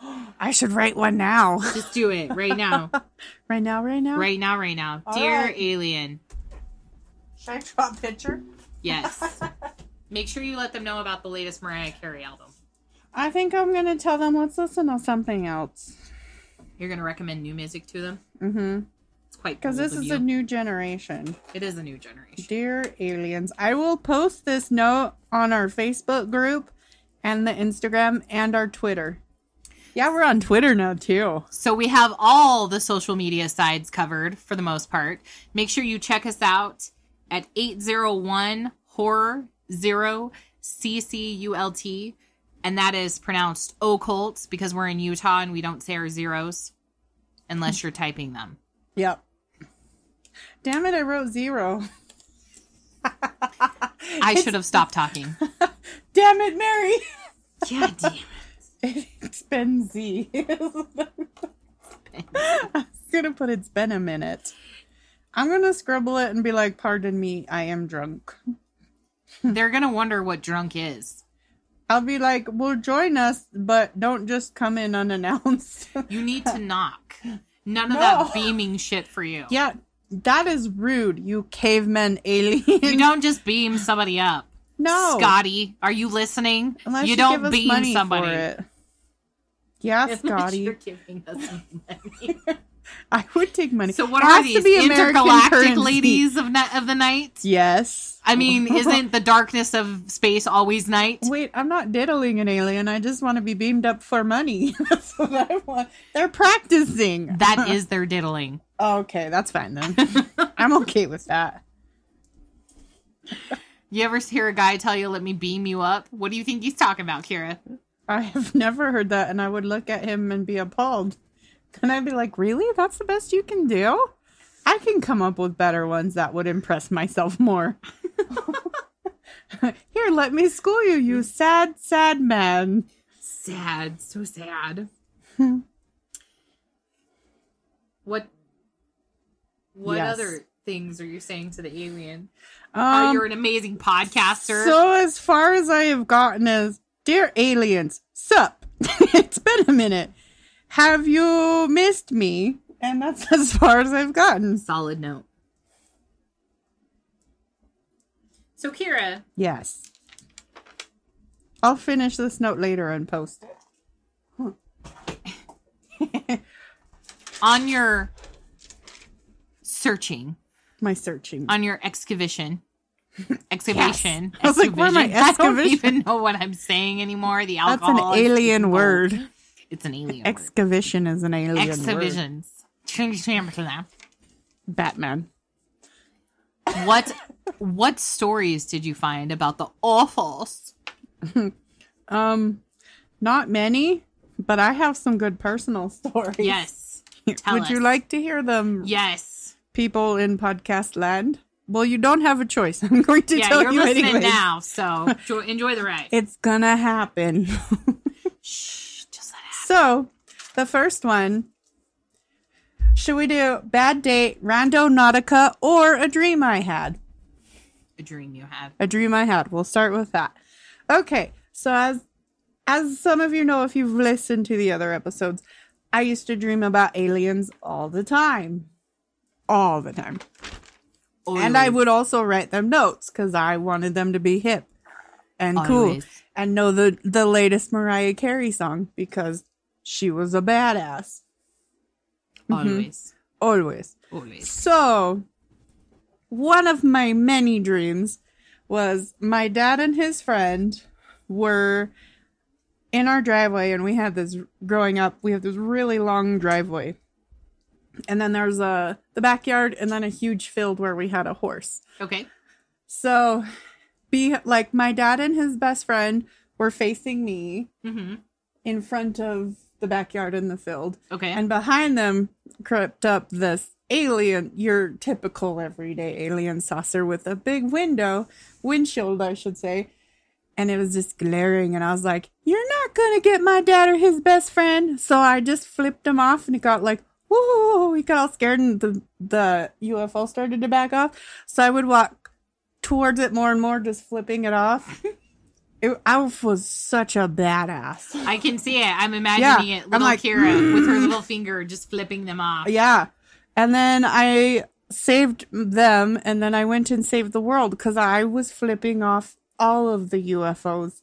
Speaker 2: I should write one now.
Speaker 1: Just do it right now,
Speaker 2: Right now, right now.
Speaker 1: right now, right now,
Speaker 2: All
Speaker 1: dear
Speaker 2: right.
Speaker 1: alien.
Speaker 2: Should I draw a picture?
Speaker 1: Yes, make sure you let them know about the latest Mariah Carey album.
Speaker 2: I think I'm gonna tell them let's listen to something else.
Speaker 1: You're gonna recommend new music to them.
Speaker 2: Mm-hmm.
Speaker 1: It's quite
Speaker 2: Because
Speaker 1: because
Speaker 2: this is a new generation.
Speaker 1: it is a new generation.
Speaker 2: Dear aliens, I will post this note on our Facebook group and the Instagram and our Twitter. Yeah, we're on Twitter now too.
Speaker 1: So we have all the social media sides covered for the most part. Make sure you check us out at 801 horror 0 CCULT and that is pronounced occult because we're in Utah and we don't say our zeros unless you're typing them.
Speaker 2: Yep. Damn it, I wrote zero.
Speaker 1: I should have stopped talking.
Speaker 2: Damn it, Mary.
Speaker 1: God damn it.
Speaker 2: It's been Z. I'm gonna put it's been a minute. I'm gonna scribble it and be like, pardon me, I am drunk.
Speaker 1: They're going to wonder what drunk is.
Speaker 2: I'll be like, well, join us, but don't just come in unannounced.
Speaker 1: You need to knock. None of
Speaker 2: No.
Speaker 1: that beaming shit for you.
Speaker 2: yeah, that is rude, you cavemen alien.
Speaker 1: You don't just beam somebody up.
Speaker 2: no,
Speaker 1: Scotty, are you listening?
Speaker 2: Oh. Unless
Speaker 1: you,
Speaker 2: you,
Speaker 1: don't
Speaker 2: give us
Speaker 1: beam
Speaker 2: money
Speaker 1: somebody.
Speaker 2: for it. Yeah,
Speaker 1: Unless
Speaker 2: Scotty,
Speaker 1: you're giving us money.
Speaker 2: I would take money.
Speaker 1: so what
Speaker 2: It
Speaker 1: are
Speaker 2: has to
Speaker 1: these
Speaker 2: be American
Speaker 1: intergalactic
Speaker 2: currency.
Speaker 1: ladies of ni- of the night?
Speaker 2: Yes.
Speaker 1: I mean, isn't the darkness of space always night?
Speaker 2: Wait, I'm not diddling an alien. I just want to be beamed up for money. that's what I want. They're practicing.
Speaker 1: That is their diddling.
Speaker 2: okay, that's fine then. I'm okay with that.
Speaker 1: You ever hear a guy tell you, "Let me beam you up"? What do you think he's talking about, Kira?
Speaker 2: I have never heard that, and I would look at him and be appalled. And I'd be like, really? That's the best you can do? I can come up with better ones that would impress myself more. Here, let me school you, you sad, sad man.
Speaker 1: Sad, so sad. what? What
Speaker 2: Yes.
Speaker 1: other things are you saying to the alien? oh,
Speaker 2: Um,
Speaker 1: you're an amazing podcaster.
Speaker 2: So as far as I have gotten is, dear aliens, sup? it's been a minute. Have you missed me? And that's as far as I've gotten.
Speaker 1: solid note. So Kira,
Speaker 2: Yes. I'll finish this note later and post it.
Speaker 1: on your searching,
Speaker 2: My searching.
Speaker 1: on your excavation, excavation,
Speaker 2: I was like, where am I?
Speaker 1: excavation? don't
Speaker 2: Excavation?
Speaker 1: even know what I'm saying anymore. The
Speaker 2: That's
Speaker 1: alcohol.
Speaker 2: an
Speaker 1: is
Speaker 2: alien
Speaker 1: taking
Speaker 2: word.
Speaker 1: hold. It's an alien word.
Speaker 2: Excavation is an alien word.
Speaker 1: Exhibitions. Change the name to that.
Speaker 2: Batman.
Speaker 1: What what stories did you find about the awfuls?
Speaker 2: Um, not many, but I have some good personal stories.
Speaker 1: Yes.
Speaker 2: Would
Speaker 1: tell us.
Speaker 2: you like to hear them
Speaker 1: Yes.
Speaker 2: people in podcast land. Well, you don't have a choice. I'm going to
Speaker 1: Yeah,
Speaker 2: tell
Speaker 1: you're
Speaker 2: you
Speaker 1: listening
Speaker 2: anyways.
Speaker 1: now, so enjoy, enjoy the ride.
Speaker 2: It's gonna happen.
Speaker 1: Shh, just let it
Speaker 2: so, the first one Should we do bad date, rando nautica, or a dream I had?
Speaker 1: A dream you had.
Speaker 2: a dream I had. We'll start with that. Okay, so as as some of you know if you've listened to the other episodes, I used to dream about aliens all the time. All the time. And I would also write them notes cuz I wanted them to be hip and cool
Speaker 1: Always.
Speaker 2: and know the the latest Mariah Carey song because she was a badass Mm-hmm.
Speaker 1: always,
Speaker 2: always.
Speaker 1: always.
Speaker 2: So, one of my many dreams was my dad and his friend were in our driveway, and we had this growing up. We have this really long driveway, and then there was a the backyard, and then a huge field where we had a horse.
Speaker 1: Okay.
Speaker 2: So, be like my dad and his best friend were facing me
Speaker 1: Mm-hmm.
Speaker 2: in front of the backyard in the field,
Speaker 1: Okay.
Speaker 2: and behind them crept up this alien, your typical everyday alien saucer with a big window, windshield, I should say. And it was just glaring. And I was like, You're not going to get my dad or his best friend. So I just flipped him off and he got like, Woo! He got all scared and the, the UFO started to back off. So I would walk towards it more and more, just flipping it off. it, I was such a badass.
Speaker 1: I can see it. I'm imagining
Speaker 2: Yeah,
Speaker 1: it.
Speaker 2: I'm
Speaker 1: Little
Speaker 2: like, mm.
Speaker 1: Kira with her little finger just flipping them off.
Speaker 2: Yeah. And then I saved them and then I went and saved the world because I was flipping off all of the UFOs.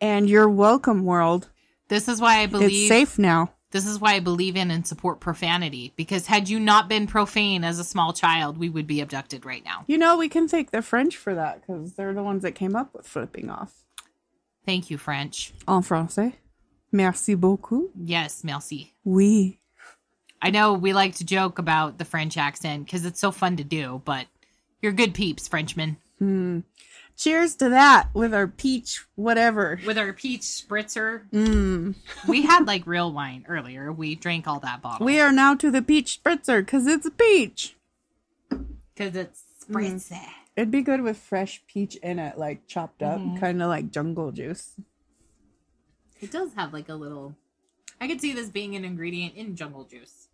Speaker 2: And you're welcome, world.
Speaker 1: This is why I
Speaker 2: It's
Speaker 1: believe.
Speaker 2: safe now.
Speaker 1: This is why I believe in and support profanity. Because had you not been profane as a small child, we would be abducted right now.
Speaker 2: You know, we can thank the French for that because they're the ones that came up with flipping off.
Speaker 1: Thank you, French.
Speaker 2: En français. Merci beaucoup.
Speaker 1: Yes, merci.
Speaker 2: Oui.
Speaker 1: I know we like to joke about the French accent because it's so fun to do, but you're good peeps, Frenchmen.
Speaker 2: Cheers to that with our peach whatever.
Speaker 1: With our peach spritzer,
Speaker 2: Mm.
Speaker 1: we had like real wine earlier. We drank all that bottle
Speaker 2: We are now to the peach spritzer because it's a peach.
Speaker 1: because it's spritzer.
Speaker 2: It'd be good with fresh peach in it, like chopped up, kind of like jungle juice.
Speaker 1: It does have like a little. I could see this being an ingredient in jungle juice.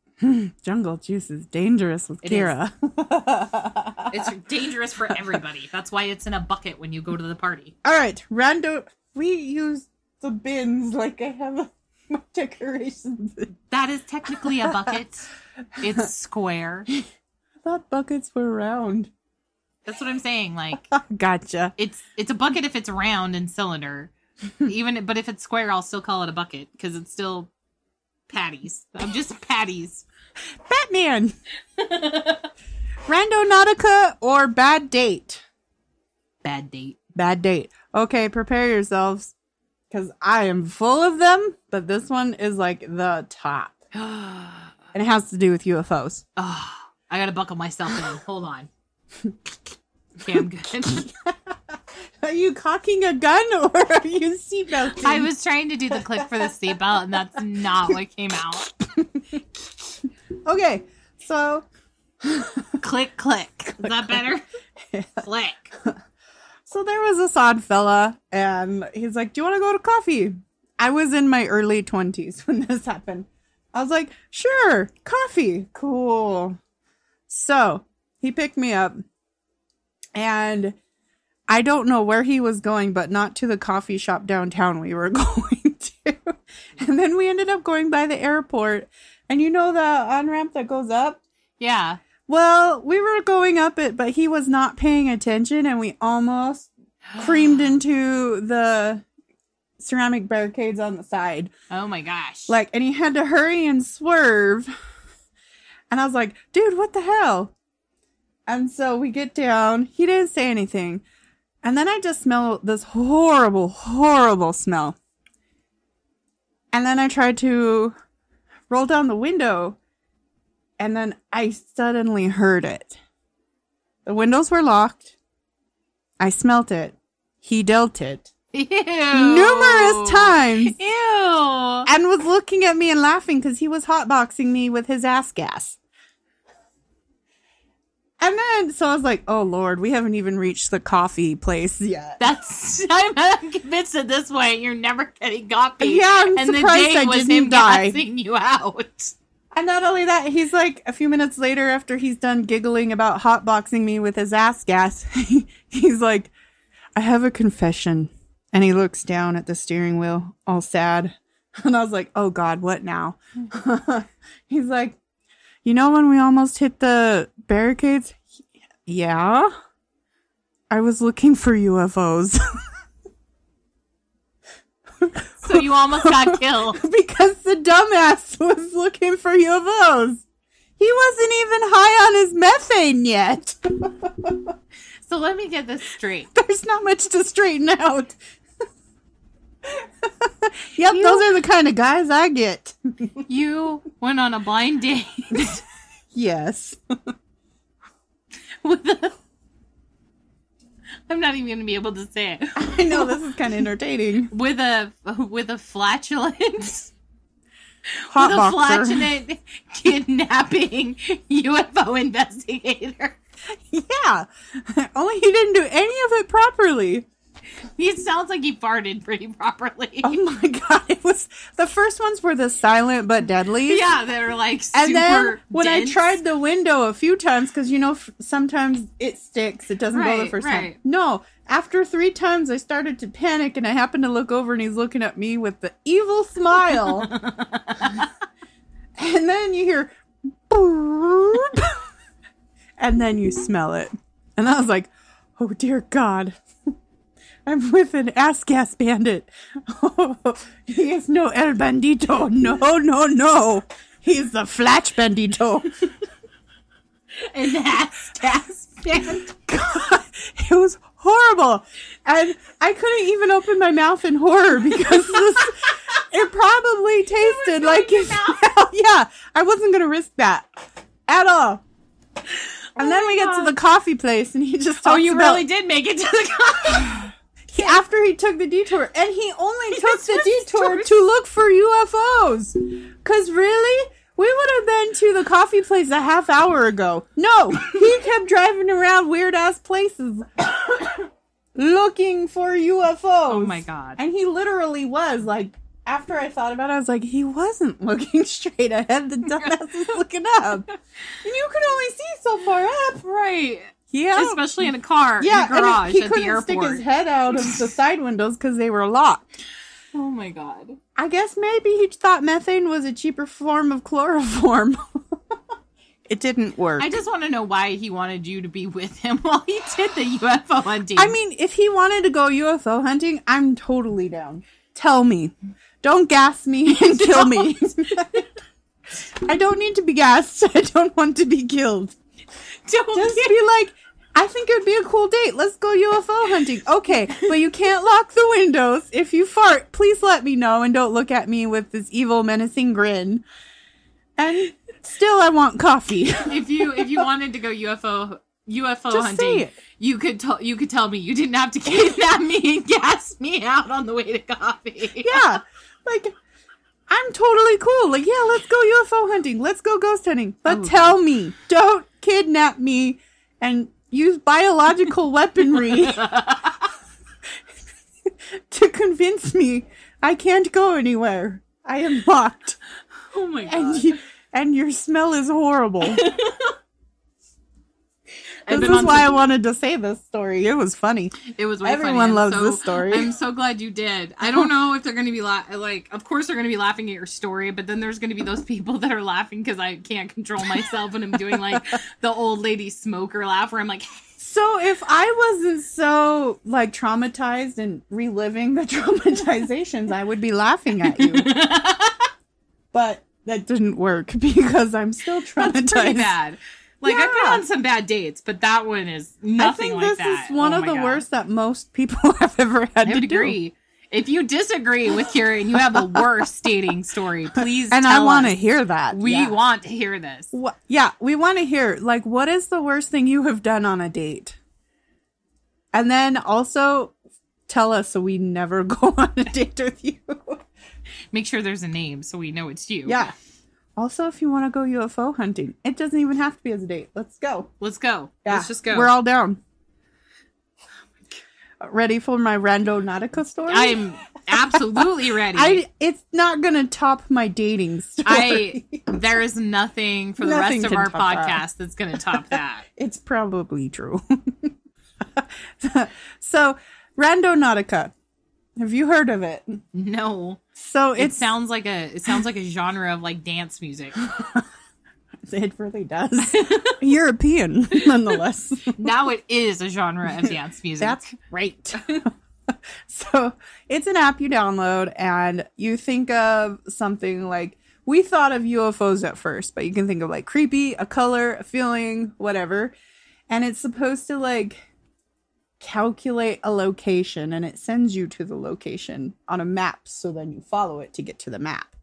Speaker 2: Jungle juice is dangerous with
Speaker 1: It is.
Speaker 2: Kira.
Speaker 1: It's dangerous for everybody. That's why it's in a bucket when you go to the party.
Speaker 2: All right, rando. We use the bins like I have my decorations. I
Speaker 1: That is technically a bucket. It's square.
Speaker 2: thought buckets were round. Ah,
Speaker 1: That's what I'm saying. Like
Speaker 2: Gotcha.
Speaker 1: it's it's a bucket if it's round and cylinder. Even but if it's square, I'll still call it a bucket because it's still patties. I'm just patties.
Speaker 2: Batman. rando Nautica or bad date?
Speaker 1: Bad date.
Speaker 2: Bad date. Okay, prepare yourselves because I am full of them, but this one is like the top.
Speaker 1: oh,
Speaker 2: And it has to do with UFOs.
Speaker 1: I gotta buckle myself in. Hold on. Okay, I'm good.
Speaker 2: Are you cocking a gun or are you seatbelting?
Speaker 1: I was trying to do the click for the seatbelt, and that's not what came out.
Speaker 2: Okay, so
Speaker 1: Click, click. Is that better? Click.
Speaker 2: so there was this odd fella, and he's like, "Do you want to go to coffee?" I was in my early twenties when this happened. I was like, "Sure, coffee, cool." So he picked me up, and I don't know where he was going, but not to the coffee shop downtown we were going to. And then we ended up going by the airport, and you know the on ramp that goes up.
Speaker 1: Yeah.
Speaker 2: Well, we were going up it, but he was not paying attention, and we almost creamed into the ceramic barricades on the side.
Speaker 1: Oh my gosh.
Speaker 2: Like, and he had to hurry and swerve. And I was like, dude, what the hell? And so we get down. He didn't say anything. And then I just smell this horrible, horrible smell. And then I tried to roll down the window. And then I suddenly heard it. The windows were locked. I smelt it. He dealt it
Speaker 1: Ew.
Speaker 2: numerous times
Speaker 1: Ew.
Speaker 2: and was looking at me and laughing because he was hotboxing me with his ass gas. And then, so I was like, oh Lord, we haven't even reached the coffee place yet.
Speaker 1: That's I'm, I'm convinced at this point you're never getting coffee.
Speaker 2: Yeah, I'm
Speaker 1: and the
Speaker 2: surprised
Speaker 1: date
Speaker 2: I
Speaker 1: was
Speaker 2: didn't
Speaker 1: him
Speaker 2: die.
Speaker 1: gassing you out.
Speaker 2: And not only that, he's like a few minutes later after he's done giggling about hotboxing me with his ass gas, he's like, I have a confession. And he looks down at the steering wheel, all sad. And I was like, oh God, what now? he's like, you know when we almost hit the barricades? Yeah. I was looking for UFOs.
Speaker 1: So you almost got killed.
Speaker 2: because the dumbass was looking for UFOs. He wasn't even high on his methane yet.
Speaker 1: So let me get this straight.
Speaker 2: There's not much to straighten out. yep, those are the kind of guys I get.
Speaker 1: You went on a blind date
Speaker 2: Yes.
Speaker 1: with a. I'm not even gonna be able to say it.
Speaker 2: I know this is kind of entertaining.
Speaker 1: With a with a flatulent with a
Speaker 2: Hot boxer.
Speaker 1: flatulent kidnapping UFO investigator.
Speaker 2: Yeah. Only he didn't do any of it properly.
Speaker 1: He sounds like he farted pretty properly.
Speaker 2: Oh my god, it was the first ones were the silent but deadly.
Speaker 1: Yeah, they're like super
Speaker 2: And then when
Speaker 1: dense.
Speaker 2: I tried the window a few times, because you know f- sometimes it sticks, it doesn't go the
Speaker 1: Right,
Speaker 2: first
Speaker 1: right.
Speaker 2: time. No, after three times, I started to panic, and I happened to look over, and he's looking at me with the evil smile. and then you hear, "Boop," and then you smell it, and I was like, "Oh dear God." I'm with an ass gas bandit. he is no El Bandito. No, no, no. He's the Flatch Bandito.
Speaker 1: and that's that's
Speaker 2: God, it was horrible. And I couldn't even open my mouth in horror because this, it probably tasted like
Speaker 1: your
Speaker 2: it
Speaker 1: mouth.
Speaker 2: smelled- Yeah, I wasn't going to risk that at all. And then we get to
Speaker 1: Oh God.
Speaker 2: the coffee place, and he just
Speaker 1: Oh,
Speaker 2: talks
Speaker 1: you
Speaker 2: about-
Speaker 1: really did make it to the coffee.
Speaker 2: he, after he took the detour, and he only took the
Speaker 1: just
Speaker 2: detour
Speaker 1: took-
Speaker 2: to look for UFOs. Cause really, we would have been to the coffee place a half hour ago. No, he kept driving around weird ass places looking for UFOs.
Speaker 1: Oh my god.
Speaker 2: And he literally was like. After I thought about it, I was like, he wasn't looking straight ahead. The dumbass was looking up. And you could only see so far up.
Speaker 1: Right.
Speaker 2: Yeah
Speaker 1: Especially in a car in a
Speaker 2: and
Speaker 1: garage
Speaker 2: he,
Speaker 1: at the
Speaker 2: couldn't
Speaker 1: airport.
Speaker 2: stick his head out of the side windows because they were locked.
Speaker 1: Oh my god.
Speaker 2: I guess maybe he thought methane was a cheaper form of chloroform. it didn't work.
Speaker 1: I
Speaker 2: I,
Speaker 1: just want to know why he wanted you to be with him while he did the UFO hunting.
Speaker 2: mean, if he wanted to go UFO hunting, I'm totally down. Tell me. Don't gas me and kill me. I don't need to be gassed. I don't want to be killed.
Speaker 1: don't
Speaker 2: Just
Speaker 1: get-
Speaker 2: be like, I think it would be a cool date. Let's go UFO hunting. Okay, but you can't lock the windows. If you fart, please let me know and don't look at me with this evil, menacing grin. And still, I want coffee.
Speaker 1: if you if you wanted to go UFO UFO
Speaker 2: Just say
Speaker 1: hunting,
Speaker 2: it.
Speaker 1: you could tell you could tell me you didn't have to kidnap me and gas me out on the way to coffee.
Speaker 2: yeah, like I'm totally cool. Like, yeah, let's go UFO hunting. Let's go ghost hunting. But
Speaker 1: Oh.
Speaker 2: tell me, don't kidnap me and use biological weaponry to convince me I can't go anywhere. I am locked,
Speaker 1: Oh my god.
Speaker 2: and you, and your smell is horrible. this
Speaker 1: I've
Speaker 2: is
Speaker 1: been on
Speaker 2: why I
Speaker 1: some-
Speaker 2: wanted to say this story. It was funny.
Speaker 1: It was way funny.
Speaker 2: Everyone
Speaker 1: I'm
Speaker 2: loves
Speaker 1: so-
Speaker 2: this story.
Speaker 1: I'm so glad you did. I don't know if they're going to be la- like, of course they're going to be laughing at your story, but then there's going to be those people that are laughing because I can't control myself and I'm doing like the old lady smoker laugh where I'm like,
Speaker 2: So if I wasn't so like traumatized and reliving the traumatizations, I would be laughing at you. but that didn't work because I'm still traumatized.
Speaker 1: that's pretty bad. Like I've been
Speaker 2: Yeah.
Speaker 1: on some bad dates, but that one is
Speaker 2: I
Speaker 1: nothing
Speaker 2: think
Speaker 1: like
Speaker 2: this
Speaker 1: that.
Speaker 2: is one
Speaker 1: Oh
Speaker 2: of
Speaker 1: my
Speaker 2: the
Speaker 1: God.
Speaker 2: worst that most people have ever had
Speaker 1: I
Speaker 2: to
Speaker 1: would
Speaker 2: do.
Speaker 1: agree. If you disagree with Kira and you have a worse dating story, please
Speaker 2: And I want
Speaker 1: to
Speaker 2: to hear that.
Speaker 1: We
Speaker 2: yeah.
Speaker 1: want to hear this.
Speaker 2: Wha- yeah, we want to hear like what is the worst thing you have done on a date? And then also tell us so we never go on a date with you.
Speaker 1: Make sure there's a name so we know it's you.
Speaker 2: Yeah. Also, if you want to go UFO hunting, it doesn't even have to be as a date. Let's go.
Speaker 1: Let's go.
Speaker 2: Yeah.
Speaker 1: Let's just go.
Speaker 2: We're all down. ready for my rando nautica story?
Speaker 1: I'm absolutely ready.
Speaker 2: I it's not gonna top my dating story.
Speaker 1: I there is nothing for the
Speaker 2: Nothing
Speaker 1: rest of
Speaker 2: can
Speaker 1: our
Speaker 2: top that.
Speaker 1: podcast that's going to top that.
Speaker 2: It's probably true. so, Rando Nautica. Have you heard of it?
Speaker 1: No,
Speaker 2: So
Speaker 1: it
Speaker 2: it's
Speaker 1: sounds like a it sounds like a genre of like dance music.
Speaker 2: it really does. European, nonetheless.
Speaker 1: now it is a genre of dance music.
Speaker 2: That's right. so it's an app you download and you think of something like we thought of UFOs at first, but you can think of like creepy, a color, a feeling, whatever. And it's supposed to like calculate a location and it sends you to the location on a map. So then you follow it to get to the map.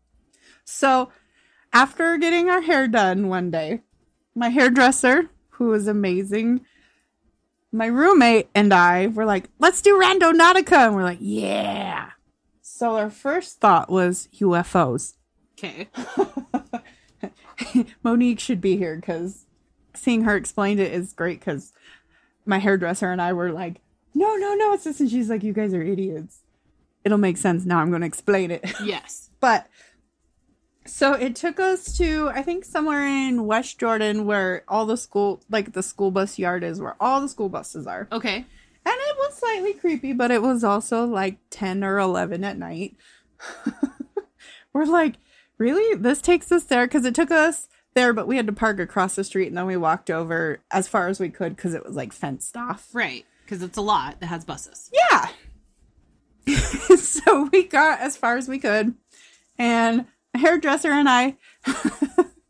Speaker 2: So after getting our hair done one day, my hairdresser, who is amazing, my roommate and I were like, let's do Rando Nautica. And we're like, yeah. So our first thought was UFOs.
Speaker 1: okay.
Speaker 2: Monique should be here because seeing her explained it is great because my hairdresser and I were like, no, no, no, it's this. And she's like, you guys are idiots. It'll make sense now. I'm going to explain it.
Speaker 1: Yes.
Speaker 2: But so it took us to I think somewhere in West Jordan where all the school like the school bus yard is where all the school buses are.
Speaker 1: Okay.
Speaker 2: And it was slightly creepy, but it was also like 10 or 11 at night. We're like, really? This takes us there? Because it took us there, but we had to park across the street and then we walked over as far as we could because it was like fenced off.
Speaker 1: Right. Because it's a lot that has buses.
Speaker 2: Yeah. so we got as far as we could. And the hairdresser and I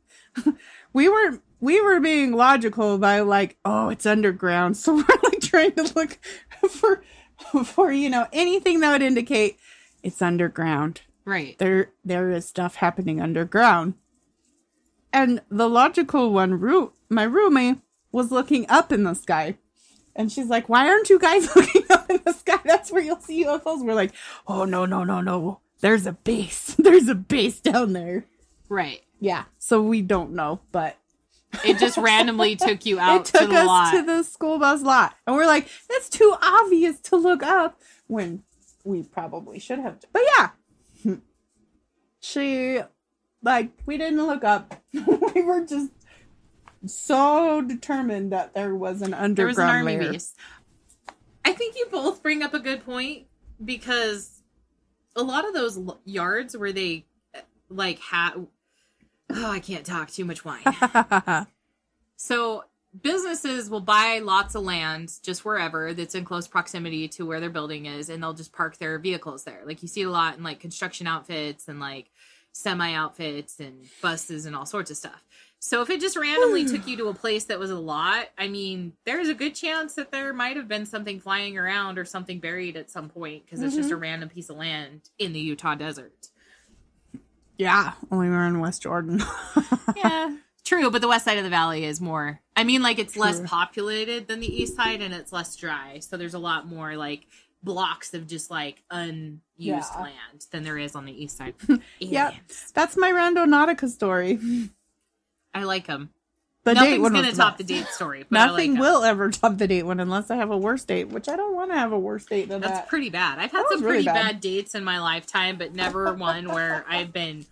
Speaker 2: we were we were being logical by like, oh, it's underground. So we're like trying to look for for you know anything that would indicate it's underground.
Speaker 1: Right.
Speaker 2: There there is stuff happening underground. And the logical one route, my roommate was looking up in the sky. And she's like, Why aren't you guys looking up in the sky? That's where you'll see UFOs. We're like, Oh, no, no, no, no. There's a base. There's a base down there.
Speaker 1: Right.
Speaker 2: Yeah. So we don't know, but
Speaker 1: It just randomly took you out
Speaker 2: it took
Speaker 1: to the
Speaker 2: us
Speaker 1: lot.
Speaker 2: to the school bus lot. And we're like, That's too obvious to look up when we probably should have. But yeah. She, like, we didn't look up. we were just so determined that there was an underground
Speaker 1: there was an army
Speaker 2: layer.
Speaker 1: base. I think you both bring up a good point because a lot of those l- yards where they uh, like ha oh, I can't talk too much wine. so businesses will buy lots of land just wherever that's in close proximity to where their building is and they'll just park their vehicles there. Like you see a lot in like construction outfits and like semi outfits and buses and all sorts of stuff. So if it just randomly took you to a place that was a lot, I mean, there's a good chance that there might have been something flying around or something buried at some point because it's just a random piece of land in the Utah desert.
Speaker 2: Yeah, when we were in West Jordan.
Speaker 1: yeah, true, but the west side of the valley is more. I mean, like it's less
Speaker 2: True.
Speaker 1: populated than the east side and it's less dry, so there's a lot more like blocks of just like unused
Speaker 2: Yeah.
Speaker 1: land than there is on the east side.
Speaker 2: Yep.
Speaker 1: Aliens.
Speaker 2: That's my Rando Nautica story.
Speaker 1: I like them.
Speaker 2: The date
Speaker 1: Nothing's
Speaker 2: one
Speaker 1: gonna
Speaker 2: was the
Speaker 1: top the
Speaker 2: best.
Speaker 1: date story. But
Speaker 2: Nothing
Speaker 1: I like 'em.
Speaker 2: will ever top the date one unless I have a worse date, which I don't want to have a worse date than
Speaker 1: That's
Speaker 2: that.
Speaker 1: pretty bad. I've had
Speaker 2: That was
Speaker 1: some
Speaker 2: really
Speaker 1: pretty
Speaker 2: bad.
Speaker 1: bad. dates in my lifetime, but never one where I've been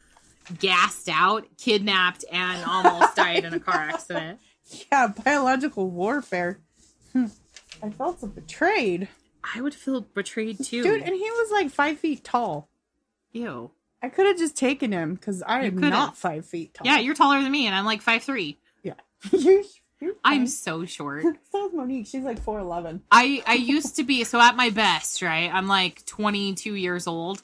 Speaker 1: gassed out, kidnapped, and almost died in a car accident.
Speaker 2: yeah, biological warfare. Hmm. I felt so betrayed,
Speaker 1: I would feel betrayed too.
Speaker 2: dude. And he was like five feet tall.
Speaker 1: Ew.
Speaker 2: I could have just taken him because I
Speaker 1: You
Speaker 2: am
Speaker 1: could've.
Speaker 2: not five feet tall.
Speaker 1: Yeah, you're taller than me, and I'm like five three.
Speaker 2: yeah. you're, you're
Speaker 1: I'm
Speaker 2: fine.
Speaker 1: so short.
Speaker 2: So is Monique. She's like four eleven.
Speaker 1: I I used to be so at my best, right? I'm like 22 years old.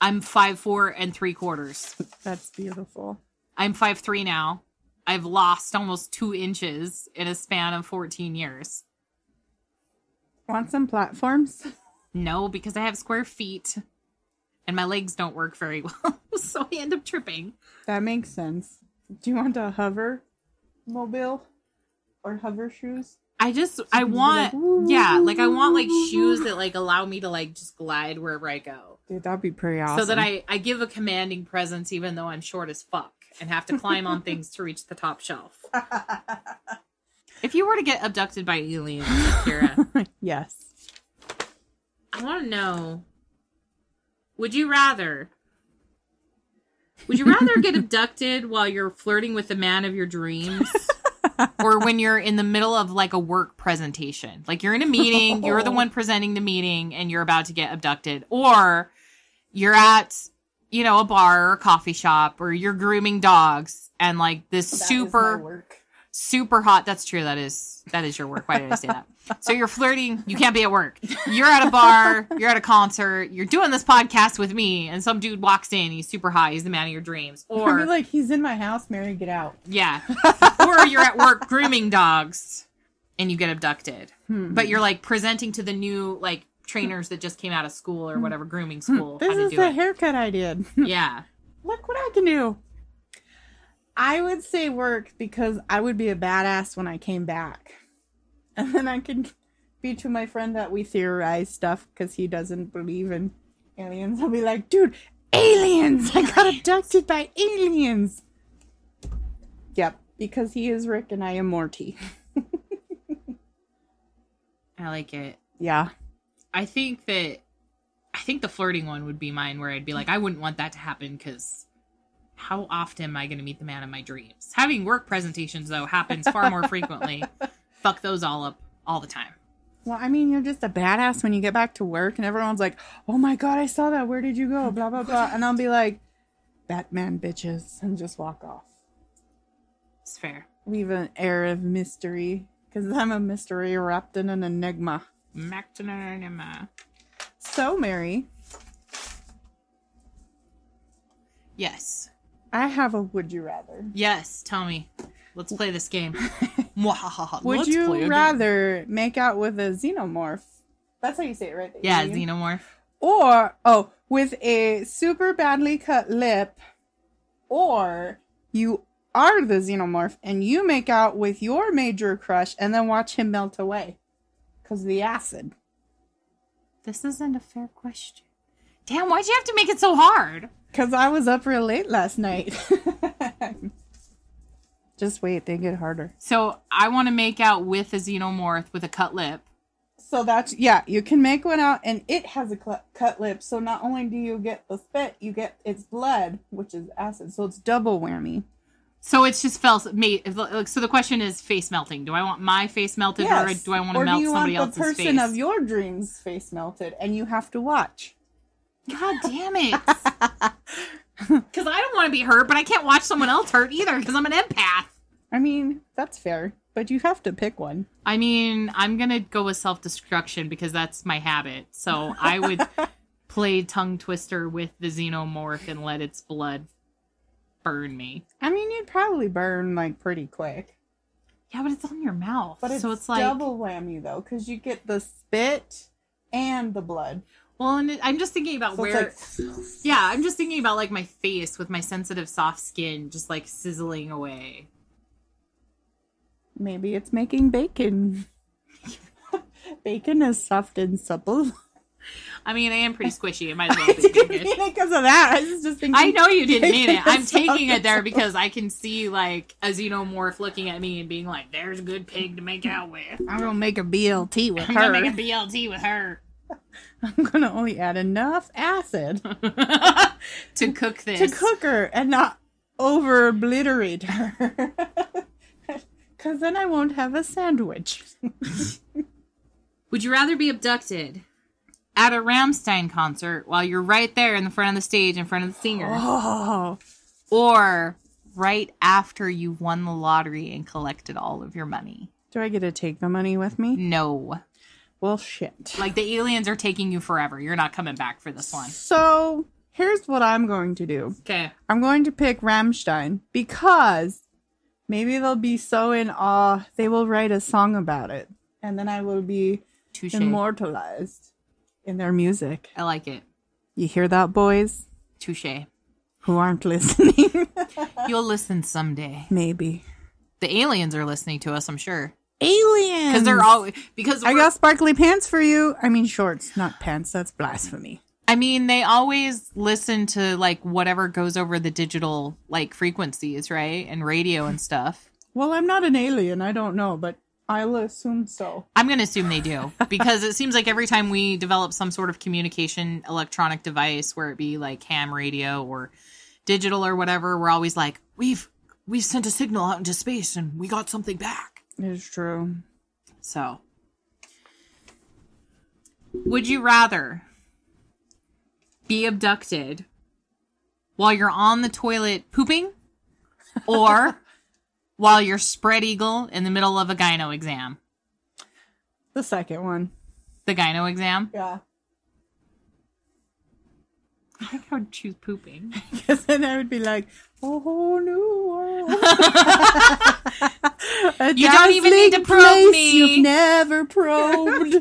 Speaker 1: I'm five four and three quarters.
Speaker 2: That's beautiful.
Speaker 1: I'm five three now. I've lost almost two inches in a span of 14 years.
Speaker 2: Want some platforms?
Speaker 1: No, because I have square feet and my legs don't work very well. so I end up tripping.
Speaker 2: That makes sense. Do you want a hover mobile or hover shoes?
Speaker 1: I just I
Speaker 2: can be
Speaker 1: want
Speaker 2: like,
Speaker 1: yeah, like I want like shoes that like allow me to like just glide wherever I go.
Speaker 2: Dude, that'd be pretty awesome.
Speaker 1: So that I I give a commanding presence even though I'm short as fuck and have to climb on things to reach the top shelf. If you were to get abducted by aliens, Kira,
Speaker 2: yes.
Speaker 3: I want to know. Would you rather? Would you rather get abducted while you're flirting with the man of your dreams,
Speaker 1: or when you're in the middle of like a work presentation. Like you're in a meeting, you're the one presenting the meeting, and you're about to get abducted. Or you're at, you know, a bar or a coffee shop, or you're grooming dogs, and like this super,
Speaker 2: work.
Speaker 1: super hot. That's true. That is, that is your work. Why did I say that? So you're flirting. You can't be at work. You're at a bar. You're at a concert. You're doing this podcast with me, and some dude walks in. He's super hot. He's the man of your dreams.
Speaker 2: Or
Speaker 1: Or
Speaker 2: like he's in my house, Mary, get out.
Speaker 1: yeah. or you're at work grooming dogs and you get abducted.
Speaker 2: Hmm.
Speaker 1: But you're like presenting to the new like trainers that just came out of school or whatever grooming school
Speaker 4: This
Speaker 1: how to
Speaker 4: is
Speaker 1: do
Speaker 4: the
Speaker 1: it.
Speaker 4: haircut I did.
Speaker 1: Yeah.
Speaker 4: Look what I can do.
Speaker 2: I would say work because I would be a badass when I came back, and then I could be to my friend that we theorize stuff because he doesn't believe in aliens. I'll be like, dude, aliens! I got abducted by aliens. Yep, because he is Rick and I am Morty.
Speaker 1: I like it.
Speaker 2: Yeah.
Speaker 1: I think that I think the flirting one would be mine where I'd be like I wouldn't want that to happen cuz how often am I going to meet the man of my dreams? Having work presentations though happens far more frequently. Fuck those all up all the time.
Speaker 2: Well, I mean, you're just a badass when you get back to work, and everyone's like, "Oh my god, I saw that. Where did you go?" Blah blah blah, and I'll be like, "Batman bitches," and just walk off.
Speaker 1: It's fair.
Speaker 2: Leave an air of mystery, because I'm a mystery wrapped in an enigma.
Speaker 1: Mactonanima.
Speaker 2: So, Mary,
Speaker 1: Yes.
Speaker 2: I have a would you rather.
Speaker 1: Yes, tell me. Let's play this game. Mwahaha.
Speaker 2: Would
Speaker 1: Let's play a
Speaker 2: you
Speaker 1: game.
Speaker 2: rather make out with a xenomorph? That's how you say it, right?
Speaker 1: Yeah,
Speaker 2: xenomorph.
Speaker 1: xenomorph.
Speaker 2: or oh with a super badly cut lip or you are the xenomorph and you make out with your major crush and then watch him melt away because the acid
Speaker 1: This isn't a fair question. Damn, why'd you have to make it so hard?
Speaker 2: because i was up real late last night just wait they get harder
Speaker 1: So I want to make out with a xenomorph with a cut lip.
Speaker 2: so that's yeah you can make one out and it has a cl- cut lip so not only do you get the spit you get its blood which is acid so it's double whammy
Speaker 1: So it's just felt made. So the question is face melting. Do I want my face melted or
Speaker 2: Yes.
Speaker 1: do I want
Speaker 2: Or
Speaker 1: to
Speaker 2: do
Speaker 1: melt
Speaker 2: you
Speaker 1: somebody
Speaker 2: want
Speaker 1: else's
Speaker 2: the person
Speaker 1: face?
Speaker 2: of your dreams face melted and you have to watch
Speaker 1: God damn it. Because I don't want to be hurt, but I can't watch someone else hurt either because I'm an empath.
Speaker 2: i mean that's fair but you have to pick one
Speaker 1: I mean, I'm gonna go with self destruction because that's my habit. So I would play tongue twister with the xenomorph and let its blood burn me.
Speaker 2: i mean you'd probably burn like pretty quick
Speaker 1: Yeah, but it's on your mouth,
Speaker 2: but it's,
Speaker 1: so it's like
Speaker 2: double whammy though because you get the spit and the blood
Speaker 1: well, and it, I'm just thinking about
Speaker 2: so
Speaker 1: where.
Speaker 2: it's like
Speaker 1: yeah, I'm just thinking about like my face with my sensitive soft skin just like sizzling away.
Speaker 2: maybe it's making bacon bacon is soft and supple
Speaker 1: I mean, I am pretty squishy. It might as well
Speaker 2: i
Speaker 1: be
Speaker 2: didn't
Speaker 1: good.
Speaker 2: mean it because of that i was just thinking
Speaker 1: Oh, I know you didn't mean it. I'm
Speaker 2: Yes,
Speaker 1: taking it there
Speaker 2: okay.
Speaker 1: because I can see like a xenomorph looking at me and being like, "There's a good pig to make out with."
Speaker 2: i'm gonna make a blt with
Speaker 1: I'm
Speaker 2: her
Speaker 1: gonna make a BLT with her
Speaker 2: i'm gonna only add enough acid
Speaker 1: to cook this.
Speaker 2: to cook her and not over obliterate her. Because then I won't have a sandwich.
Speaker 1: Would you rather be abducted at a Ramstein concert while you're right there in the front of the stage in front of the singer,
Speaker 2: Oh,
Speaker 1: or right after you won the lottery and collected all of your money?
Speaker 2: do I get to take the money with me?
Speaker 1: No,
Speaker 2: Well, shit.
Speaker 1: like the aliens are taking you forever. You're not coming back for this one.
Speaker 2: So here's what I'm going to do
Speaker 1: Okay.
Speaker 2: I'm going to pick Rammstein because maybe they'll be so in awe, they will write a song about it. And then I will be
Speaker 1: Touche.
Speaker 2: immortalized in their music.
Speaker 1: I like it.
Speaker 2: You hear that, boys
Speaker 1: Touche.
Speaker 2: who aren't listening?
Speaker 1: You'll listen someday.
Speaker 2: maybe.
Speaker 1: The aliens are listening to us, I'm sure.
Speaker 2: aliens.
Speaker 1: Because they're all because
Speaker 2: I
Speaker 1: we're-
Speaker 2: got sparkly pants for you. I mean shorts, not pants. That's blasphemy.
Speaker 1: I mean, they always listen to like whatever goes over the digital like frequencies, right? And radio and stuff.
Speaker 2: Well, I'm not an alien. I don't know, but I'll assume so.
Speaker 1: I'm going to assume they do because it seems like every time we develop some sort of communication electronic device, where it be like ham radio or digital or whatever, we're always like, we've we've sent a signal out into space and we got something back.
Speaker 2: It's true.
Speaker 1: So, would you rather be abducted while you're on the toilet pooping or while you're spread eagle in the middle of a gyno exam?
Speaker 2: The second one.
Speaker 1: The gyno exam?
Speaker 2: Yeah.
Speaker 1: I think I would choose pooping.
Speaker 2: Because then I would be like, oh, whole new world. A
Speaker 1: You don't even need to
Speaker 2: dazzling
Speaker 1: probe
Speaker 2: place
Speaker 1: me.
Speaker 2: You've never probed.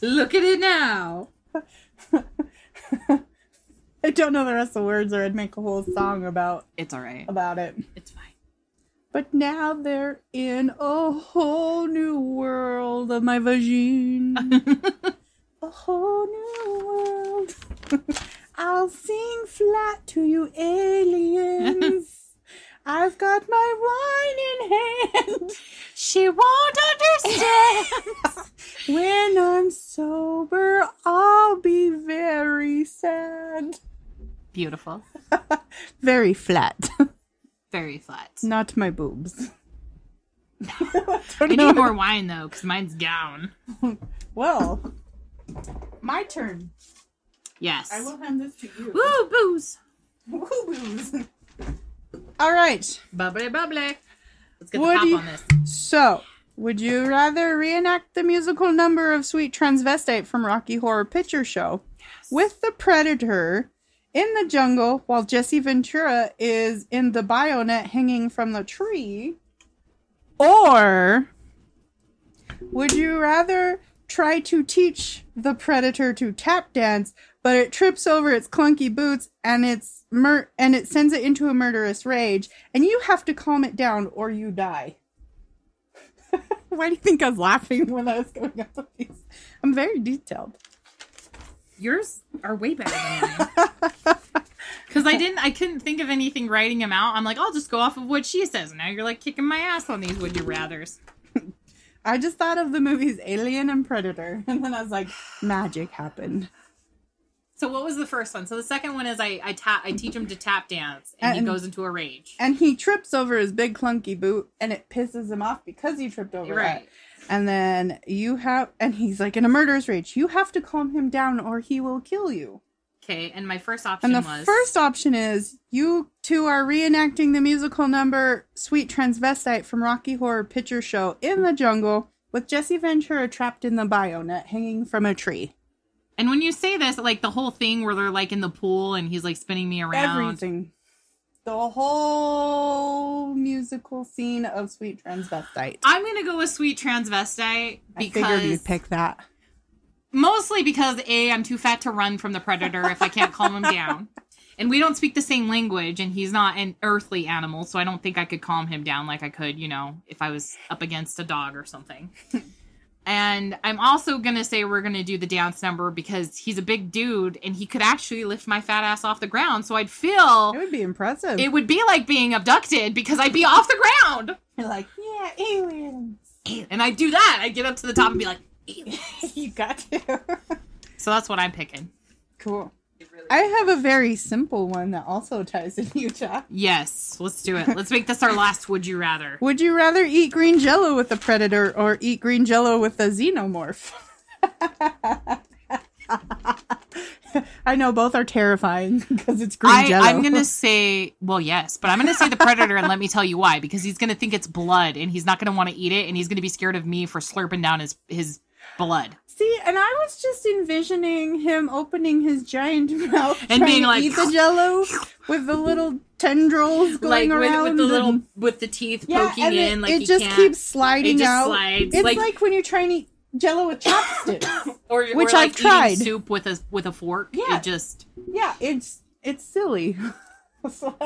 Speaker 5: Look at it now.
Speaker 2: I don't know the rest of the words, or I'd make a whole song about
Speaker 1: It's all right.
Speaker 2: about it.
Speaker 1: It's fine.
Speaker 2: But now they're in a whole new world of my vagina. a whole new world. I'll sing flat to you aliens. I've got my wine in hand.
Speaker 1: She won't understand.
Speaker 2: When I'm sober, I'll be very sad.
Speaker 1: Beautiful.
Speaker 2: Very flat.
Speaker 1: Very flat.
Speaker 2: Not my boobs.
Speaker 1: I need more wine though, because mine's down.
Speaker 2: Well, my turn.
Speaker 1: Yes.
Speaker 2: I will hand this to you.
Speaker 1: Woo, booze.
Speaker 2: Woo-boos. All right.
Speaker 5: Bubbly, bubbly. Let's get the
Speaker 2: What do
Speaker 5: pop
Speaker 2: you-
Speaker 5: on this.
Speaker 2: So, would you rather reenact the musical number of Sweet Transvestite from Rocky Horror Picture Show with the Predator in the jungle while Jesse Ventura is in the bionet hanging from the tree? Or would you rather try to teach the Predator to tap dance, but it trips over its clunky boots and it's mur- and it sends it into a murderous rage, and you have to calm it down or you die? Why do you think I was laughing when I was going up with these? I'm very detailed.
Speaker 5: Yours are way better than mine.
Speaker 1: Because I didn't, I couldn't think of anything writing them out. I'm like, I'll just go off of what she says. Now you're like kicking my ass on these would you rather's.
Speaker 2: I just thought of the movies Alien and Predator, and then I was like, magic happened.
Speaker 1: So what was the first one? So the second one is I I tap I teach him to tap dance and, he
Speaker 2: And-
Speaker 1: goes into a rage.
Speaker 2: And he trips over his big clunky boot, and it pisses him off because he tripped over
Speaker 1: right.
Speaker 2: it. And then you have, and he's like in a murderous rage. You have to calm him down, or he will kill you.
Speaker 1: Okay. And my first option
Speaker 2: And the
Speaker 1: was
Speaker 2: first option is you two are reenacting the musical number Sweet Transvestite from Rocky Horror Picture Show in the jungle with Jesse Ventura trapped in the bionet hanging from a tree.
Speaker 1: And when you say this, like the whole thing where they're like in the pool and he's like spinning me around.
Speaker 2: Everything. The whole musical scene of Sweet Transvestite.
Speaker 1: I'm gonna go with sweet transvestite
Speaker 2: I
Speaker 1: because
Speaker 2: figured you'd pick that.
Speaker 1: mostly because a I'm too fat to run from the predator if I can't calm him down, and we don't speak the same language, and he's not an earthly animal, so I don't think I could calm him down like I could, you know, if I was up against a dog or something. and I'm also gonna say we're gonna do the dance number because he's a big dude and he could actually lift my fat ass off the ground, so I'd
Speaker 2: It
Speaker 1: feel.
Speaker 2: would be impressive.
Speaker 1: It would be like being abducted because I'd be off the ground.
Speaker 2: You're like, yeah, aliens.
Speaker 1: And I'd do that. I'd get up to the top and be like,
Speaker 2: you got to.
Speaker 1: So that's what I'm picking.
Speaker 2: cool. I have a very simple one that also ties in Utah.
Speaker 1: Yes, let's do it. Let's make this our last would you rather.
Speaker 2: Would you rather eat green jello with a predator or eat green jello with a xenomorph? I know both are terrifying because it's green
Speaker 1: I,
Speaker 2: jello.
Speaker 1: I'm going to say, well, yes, but I'm going to say the predator and let me tell you why because he's going to think it's blood and he's not going to want to eat it and he's going to be scared of me for slurping down his his blood.
Speaker 2: see, and I was just envisioning him opening his giant mouth
Speaker 1: And
Speaker 2: trying
Speaker 1: being
Speaker 2: to
Speaker 1: like-
Speaker 2: eat the jello with the little tendrils
Speaker 5: Like
Speaker 2: going
Speaker 5: with,
Speaker 2: around
Speaker 5: with the little
Speaker 2: and-
Speaker 5: with the teeth
Speaker 2: yeah,
Speaker 5: poking
Speaker 2: and it,
Speaker 5: in, like
Speaker 2: it
Speaker 5: you
Speaker 2: just
Speaker 5: can't,
Speaker 2: keeps sliding
Speaker 5: it just
Speaker 2: out.
Speaker 5: slides.
Speaker 2: It's
Speaker 5: like,
Speaker 2: like, when you're trying to eat jello with chopsticks.
Speaker 5: or
Speaker 2: which
Speaker 5: or
Speaker 2: I've
Speaker 5: like eating
Speaker 2: tried.
Speaker 1: Soup with a with a fork.
Speaker 2: Yeah.
Speaker 1: It just
Speaker 2: Yeah, it's it's silly. So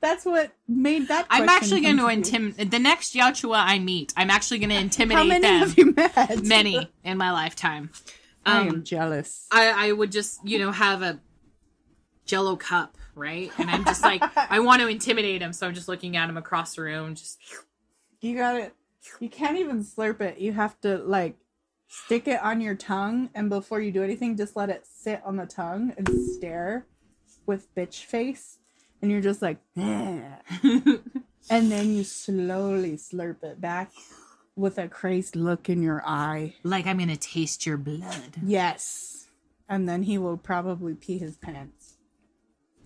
Speaker 2: that's what made that.
Speaker 1: I'm
Speaker 2: question
Speaker 1: actually going to
Speaker 2: come me.
Speaker 1: intimidate the next Yachua I meet. I'm actually going to
Speaker 2: How
Speaker 1: intimidate
Speaker 2: many
Speaker 1: them.
Speaker 2: have you met?
Speaker 1: Many in my lifetime.
Speaker 2: I am
Speaker 1: Um,
Speaker 2: jealous.
Speaker 1: I, I would just, you know, have a jello cup, right? And I'm just like, I want to intimidate him. So I'm just looking at him across the room, just
Speaker 2: You got it. You can't even slurp it. You have to like stick it on your tongue, and before you do anything, just let it sit on the tongue and stare with bitch face, and you're just like, "Ugh." and then you slowly slurp it back with a crazed look in your eye.
Speaker 1: Like I'm gonna taste your blood.
Speaker 2: Yes, and then he will probably pee his pants.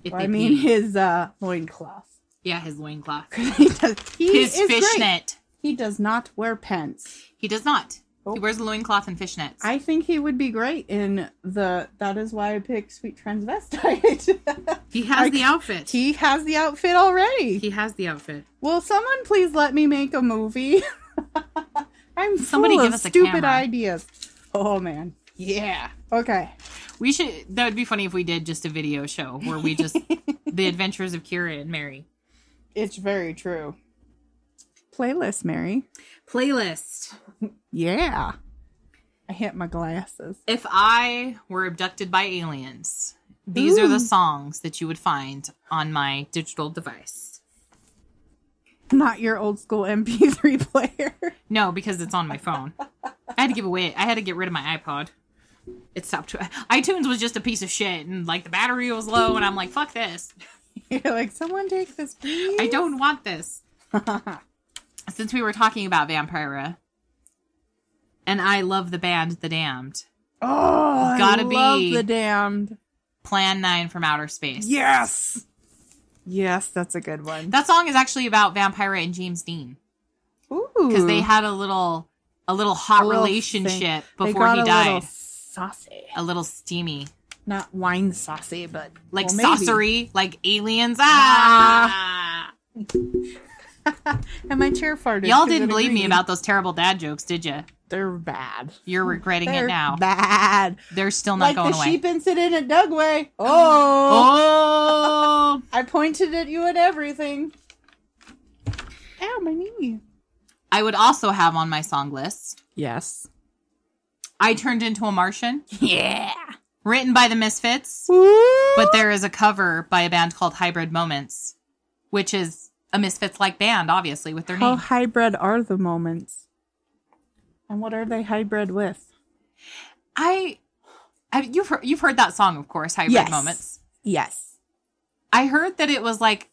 Speaker 1: If
Speaker 2: Or, I
Speaker 1: they
Speaker 2: mean,
Speaker 1: pee.
Speaker 2: his uh, loincloth.
Speaker 1: yeah, his loincloth,
Speaker 2: he does, he
Speaker 1: his
Speaker 2: is great.
Speaker 1: fishnet.
Speaker 2: He does not wear pants.
Speaker 1: He does not.
Speaker 2: Oh.
Speaker 1: He wears a loincloth and fishnets.
Speaker 2: I think he would be great in the. That is why I picked Sweet Transvestite.
Speaker 6: He has the outfit. He,
Speaker 2: he has the outfit already.
Speaker 6: has the outfit.
Speaker 2: Will someone please let me make a movie? I'm
Speaker 1: Somebody
Speaker 2: full
Speaker 1: give
Speaker 2: of
Speaker 1: us a
Speaker 2: stupid
Speaker 1: camera.
Speaker 2: ideas. Oh man. Yeah. Okay.
Speaker 1: we should. That would be funny if we did just a video show where we just the adventures of Kira and Mary.
Speaker 2: It's very true.
Speaker 7: Playlist, Mary.
Speaker 6: Playlist.
Speaker 7: Yeah.
Speaker 2: I hit my glasses.
Speaker 1: If I were abducted by aliens, these are the songs that you would find on my digital device.
Speaker 2: Not your old school MP3 player.
Speaker 1: No, because it's on my phone. I had to give away. I had to get rid of my iPod. It stopped. iTunes was just a piece of shit, and like the battery was low, and I'm like, fuck this.
Speaker 2: You're like, someone take this, please.
Speaker 1: I don't want this. Since we were talking about Vampira, and I love the band The Damned,
Speaker 2: Oh,
Speaker 1: Gotta
Speaker 2: I love
Speaker 1: be.
Speaker 2: the damned.
Speaker 1: Plan 9 from Outer Space.
Speaker 2: Yes.
Speaker 7: Yes, that's a good one.
Speaker 1: That song is actually about Vampira and James Dean
Speaker 2: Ooh.
Speaker 1: because they had a little a little hot
Speaker 2: Hmm. little
Speaker 1: relationship
Speaker 2: They
Speaker 1: before
Speaker 2: got
Speaker 1: he
Speaker 2: a
Speaker 1: died.
Speaker 2: little saucy.
Speaker 1: A little steamy.
Speaker 2: Not wine saucy, but
Speaker 1: Like
Speaker 2: Well, maybe.
Speaker 1: sorcery, like aliens. Ah!
Speaker 2: And my chair farted.
Speaker 1: Y'all
Speaker 2: 'cause
Speaker 1: didn't
Speaker 2: it
Speaker 1: believe me
Speaker 2: agreed.
Speaker 1: about those terrible dad jokes, did you?
Speaker 2: They're bad.
Speaker 1: You're regretting it
Speaker 2: Hmm. They're
Speaker 1: now.
Speaker 2: bad.
Speaker 1: They're still not
Speaker 2: Like
Speaker 1: going
Speaker 2: the
Speaker 1: away.
Speaker 2: sheep incident at Dugway. Oh,
Speaker 1: Oh,
Speaker 2: I pointed at you at everything. Ow, my knee.
Speaker 1: I would also have on my song list
Speaker 7: Yes.
Speaker 1: I Turned Into a Martian,
Speaker 7: Yeah.
Speaker 1: written by the Misfits, but there is a cover by a band called Hybrid Moments, which is a Misfits like band, obviously, with their
Speaker 2: How
Speaker 1: name.
Speaker 2: hybrid are the moments? And what are they hybrid with?
Speaker 1: I, I you've, heard, you've heard that song, of course, Hybrid
Speaker 7: Yes.
Speaker 1: Moments.
Speaker 7: Yes.
Speaker 1: I heard that it was like.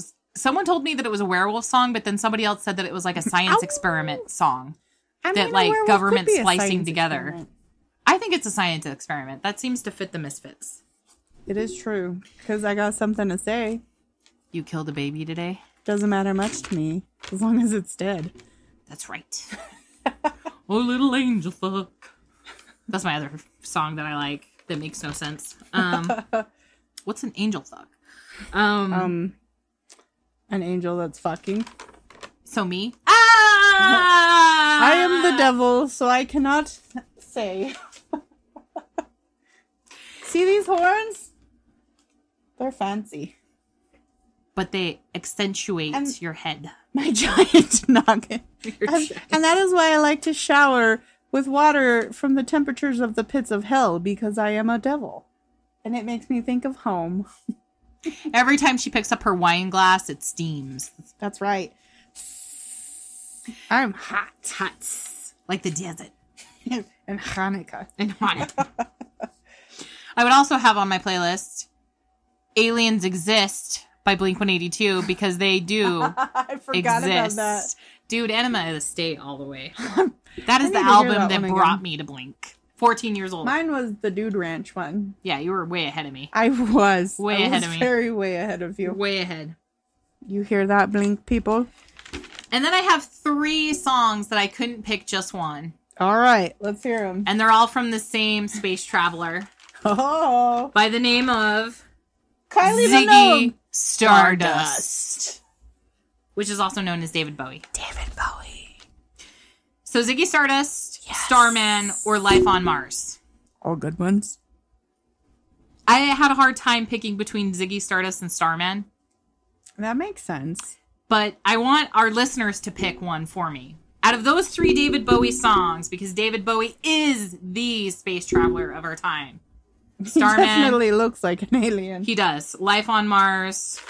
Speaker 1: s- Someone told me that it was a werewolf song, but then somebody else said that it was like a science experiment song.
Speaker 2: I
Speaker 1: That,
Speaker 2: a
Speaker 1: like,
Speaker 2: werewolf
Speaker 1: government
Speaker 2: could be a
Speaker 1: splicing
Speaker 2: science
Speaker 1: together.
Speaker 2: experiment.
Speaker 1: I think it's a science experiment. That seems to fit the misfits.
Speaker 2: It is true because I got something to say.
Speaker 1: You killed a baby today?
Speaker 2: Doesn't matter much to me as long as it's dead.
Speaker 1: That's right. oh, little angel fuck. That's my other song that I like that makes no sense. Um, what's an angel fuck? Um,
Speaker 2: Um, an angel that's fucking.
Speaker 1: so me? Ah!
Speaker 2: I am the devil, so I cannot say. See these horns? They're fancy.
Speaker 1: But they accentuate
Speaker 2: And-
Speaker 1: your head.
Speaker 2: My giant noggin.
Speaker 6: Your
Speaker 2: And,
Speaker 6: chair.
Speaker 2: and that is why I like to shower with water from the temperatures of the pits of hell because I am a devil. And it makes me think of home.
Speaker 1: Every time she picks up her wine glass, it steams.
Speaker 2: That's right. I'm hot.
Speaker 1: Tuts. Like the desert.
Speaker 2: and Hanukkah.
Speaker 1: and want it. I would also have on my playlist Aliens Exist by Blink 182 because they do
Speaker 2: I forgot about that.
Speaker 1: exist. Dude, Enema of the State all the way. That is
Speaker 2: need
Speaker 1: the
Speaker 2: to hear
Speaker 1: album
Speaker 2: that
Speaker 1: that,
Speaker 2: one
Speaker 1: brought
Speaker 2: again.
Speaker 1: me to Blink. 14 years old.
Speaker 2: Mine was the Dude Ranch one.
Speaker 1: yeah, you were way ahead of me.
Speaker 2: I was
Speaker 1: Way
Speaker 2: I was
Speaker 1: ahead of me.
Speaker 2: Very way ahead of you.
Speaker 1: Way ahead.
Speaker 2: You hear that, Blink people?
Speaker 1: And then I have three songs that I couldn't pick just one.
Speaker 2: All right, let's hear them.
Speaker 1: And they're all from the same space traveler
Speaker 2: Oh,
Speaker 1: by the name of
Speaker 2: Kylie
Speaker 1: Ziggy
Speaker 2: Minogue.
Speaker 1: Stardust, which is also known as David Bowie.
Speaker 7: David Bowie.
Speaker 1: So Ziggy Stardust, Starman, or Life on Mars.
Speaker 7: All good ones.
Speaker 1: I had a hard time picking between Ziggy Stardust and Starman,
Speaker 2: That makes sense.
Speaker 1: but I want our listeners to pick one for me. Out of those three David Bowie songs, because David Bowie is the space traveler of our time.
Speaker 2: He
Speaker 1: Starman,
Speaker 2: definitely looks like an alien.
Speaker 1: he does. Life on Mars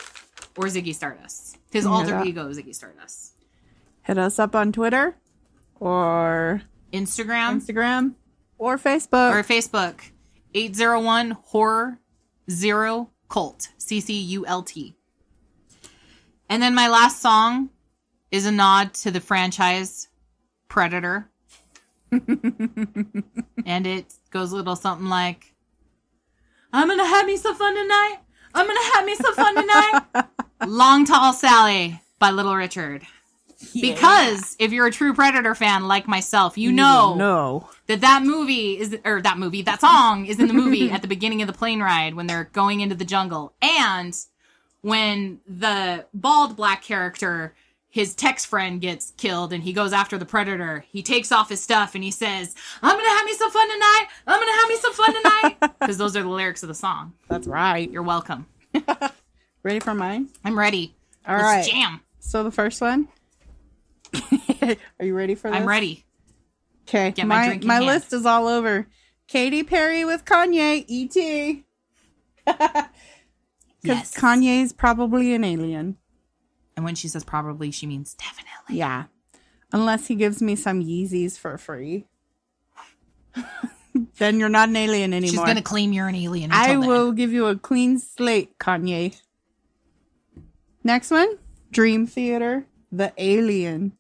Speaker 1: or Ziggy Stardust. His alter
Speaker 2: that.
Speaker 1: ego, Ziggy Stardust.
Speaker 2: Hit us up on Twitter or
Speaker 1: Instagram
Speaker 2: Instagram or Facebook.
Speaker 1: or Facebook 801 horror zero cult C C U L T. And then my last song is a nod to the franchise Predator. and it goes a little something like I'm going to have me some fun tonight. I'm going to have me some fun tonight. Long Tall Sally by Little Richard. Because if you're a true Predator fan like myself, you know
Speaker 2: no.
Speaker 1: that that movie is or that movie that song is in the movie at the beginning of the plane ride when they're going into the jungle and when the bald black character his text friend gets killed and he goes after the predator he takes off his stuff and he says i'm gonna have me some fun tonight i'm gonna have me some fun tonight because those are the lyrics of the song
Speaker 2: That's right.
Speaker 1: you're welcome
Speaker 2: Ready for mine?
Speaker 1: i'm ready
Speaker 2: All
Speaker 1: let's
Speaker 2: right.
Speaker 1: jam
Speaker 2: So the first one.
Speaker 8: Are you ready for this?
Speaker 1: i'm ready
Speaker 2: Okay.
Speaker 1: Get my
Speaker 2: my
Speaker 1: drink in
Speaker 2: my
Speaker 1: hand.
Speaker 2: list is all over. Katy Perry with Kanye, E ET. Because
Speaker 1: yes
Speaker 2: Kanye's probably an alien.
Speaker 1: and when she says probably she means definitely
Speaker 2: Yeah. Unless he gives me some Yeezys for free. then you're not an alien
Speaker 1: she's
Speaker 2: anymore.
Speaker 1: gonna claim you're an alien until
Speaker 2: I
Speaker 1: then.
Speaker 2: will give you a clean slate, Kanye. Next one Dream Theater, The Alien.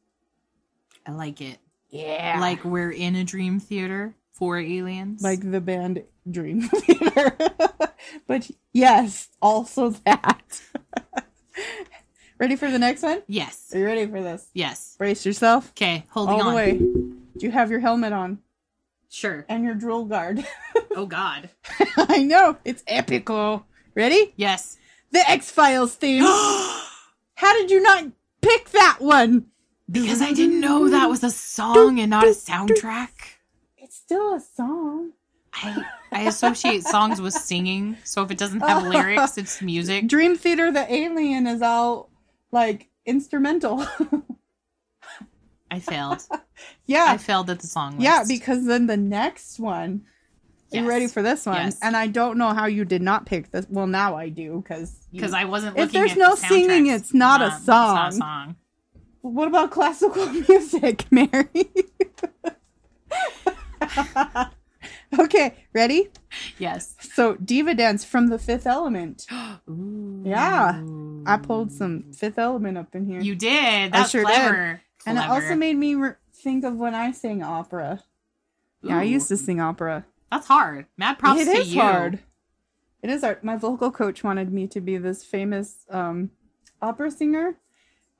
Speaker 1: i like it
Speaker 8: Yeah.
Speaker 1: like we're in a dream theater for aliens.
Speaker 2: Like the band Dream Theater. but yes, also that. ready for the next one?
Speaker 1: yes,
Speaker 2: Are you ready for this?
Speaker 1: yes.
Speaker 2: Brace yourself.
Speaker 1: Okay, holding
Speaker 2: All
Speaker 1: on.
Speaker 2: the way. Do you have your helmet on
Speaker 1: Sure.
Speaker 2: and your drill guard?
Speaker 1: Oh God.
Speaker 2: I know. It's epical. Ready?
Speaker 1: Yes.
Speaker 2: The X Files theme. How did you not pick that one?
Speaker 1: Because I didn't know that was a song and not a soundtrack.
Speaker 8: It's still a song.
Speaker 1: I I associate songs with singing, so if it doesn't have lyrics, it's music.
Speaker 2: Dream Theater The Alien is all like instrumental.
Speaker 1: I failed. I
Speaker 2: yeah.
Speaker 1: failed at the song list.
Speaker 2: Yeah, because then the next one. Are
Speaker 1: Yes.
Speaker 2: You ready for this one?
Speaker 1: Yes.
Speaker 2: And I don't know how you did not pick this. Well, now I do because
Speaker 1: because I wasn't.
Speaker 2: If
Speaker 1: looking
Speaker 2: there's
Speaker 1: at
Speaker 2: no
Speaker 1: the
Speaker 2: singing,
Speaker 1: soundtracks.
Speaker 2: it's not a
Speaker 1: Um, it's not a
Speaker 2: song.
Speaker 1: song.
Speaker 2: What about classical music, Mary? okay, ready?
Speaker 1: Yes.
Speaker 2: So, Diva Dance from The Fifth Element. Yeah. I pulled some Fifth Element up in here.
Speaker 1: You did. That's
Speaker 2: sure did.
Speaker 1: clever.
Speaker 2: and it
Speaker 1: Clever.
Speaker 2: also made me re- think of when I sang opera. Yeah, I
Speaker 1: Ooh.
Speaker 2: used to sing opera.
Speaker 1: That's hard. Mad props
Speaker 2: it
Speaker 1: to
Speaker 2: is
Speaker 1: you.
Speaker 2: hard. It is hard. My vocal coach wanted me to be this famous um, opera singer,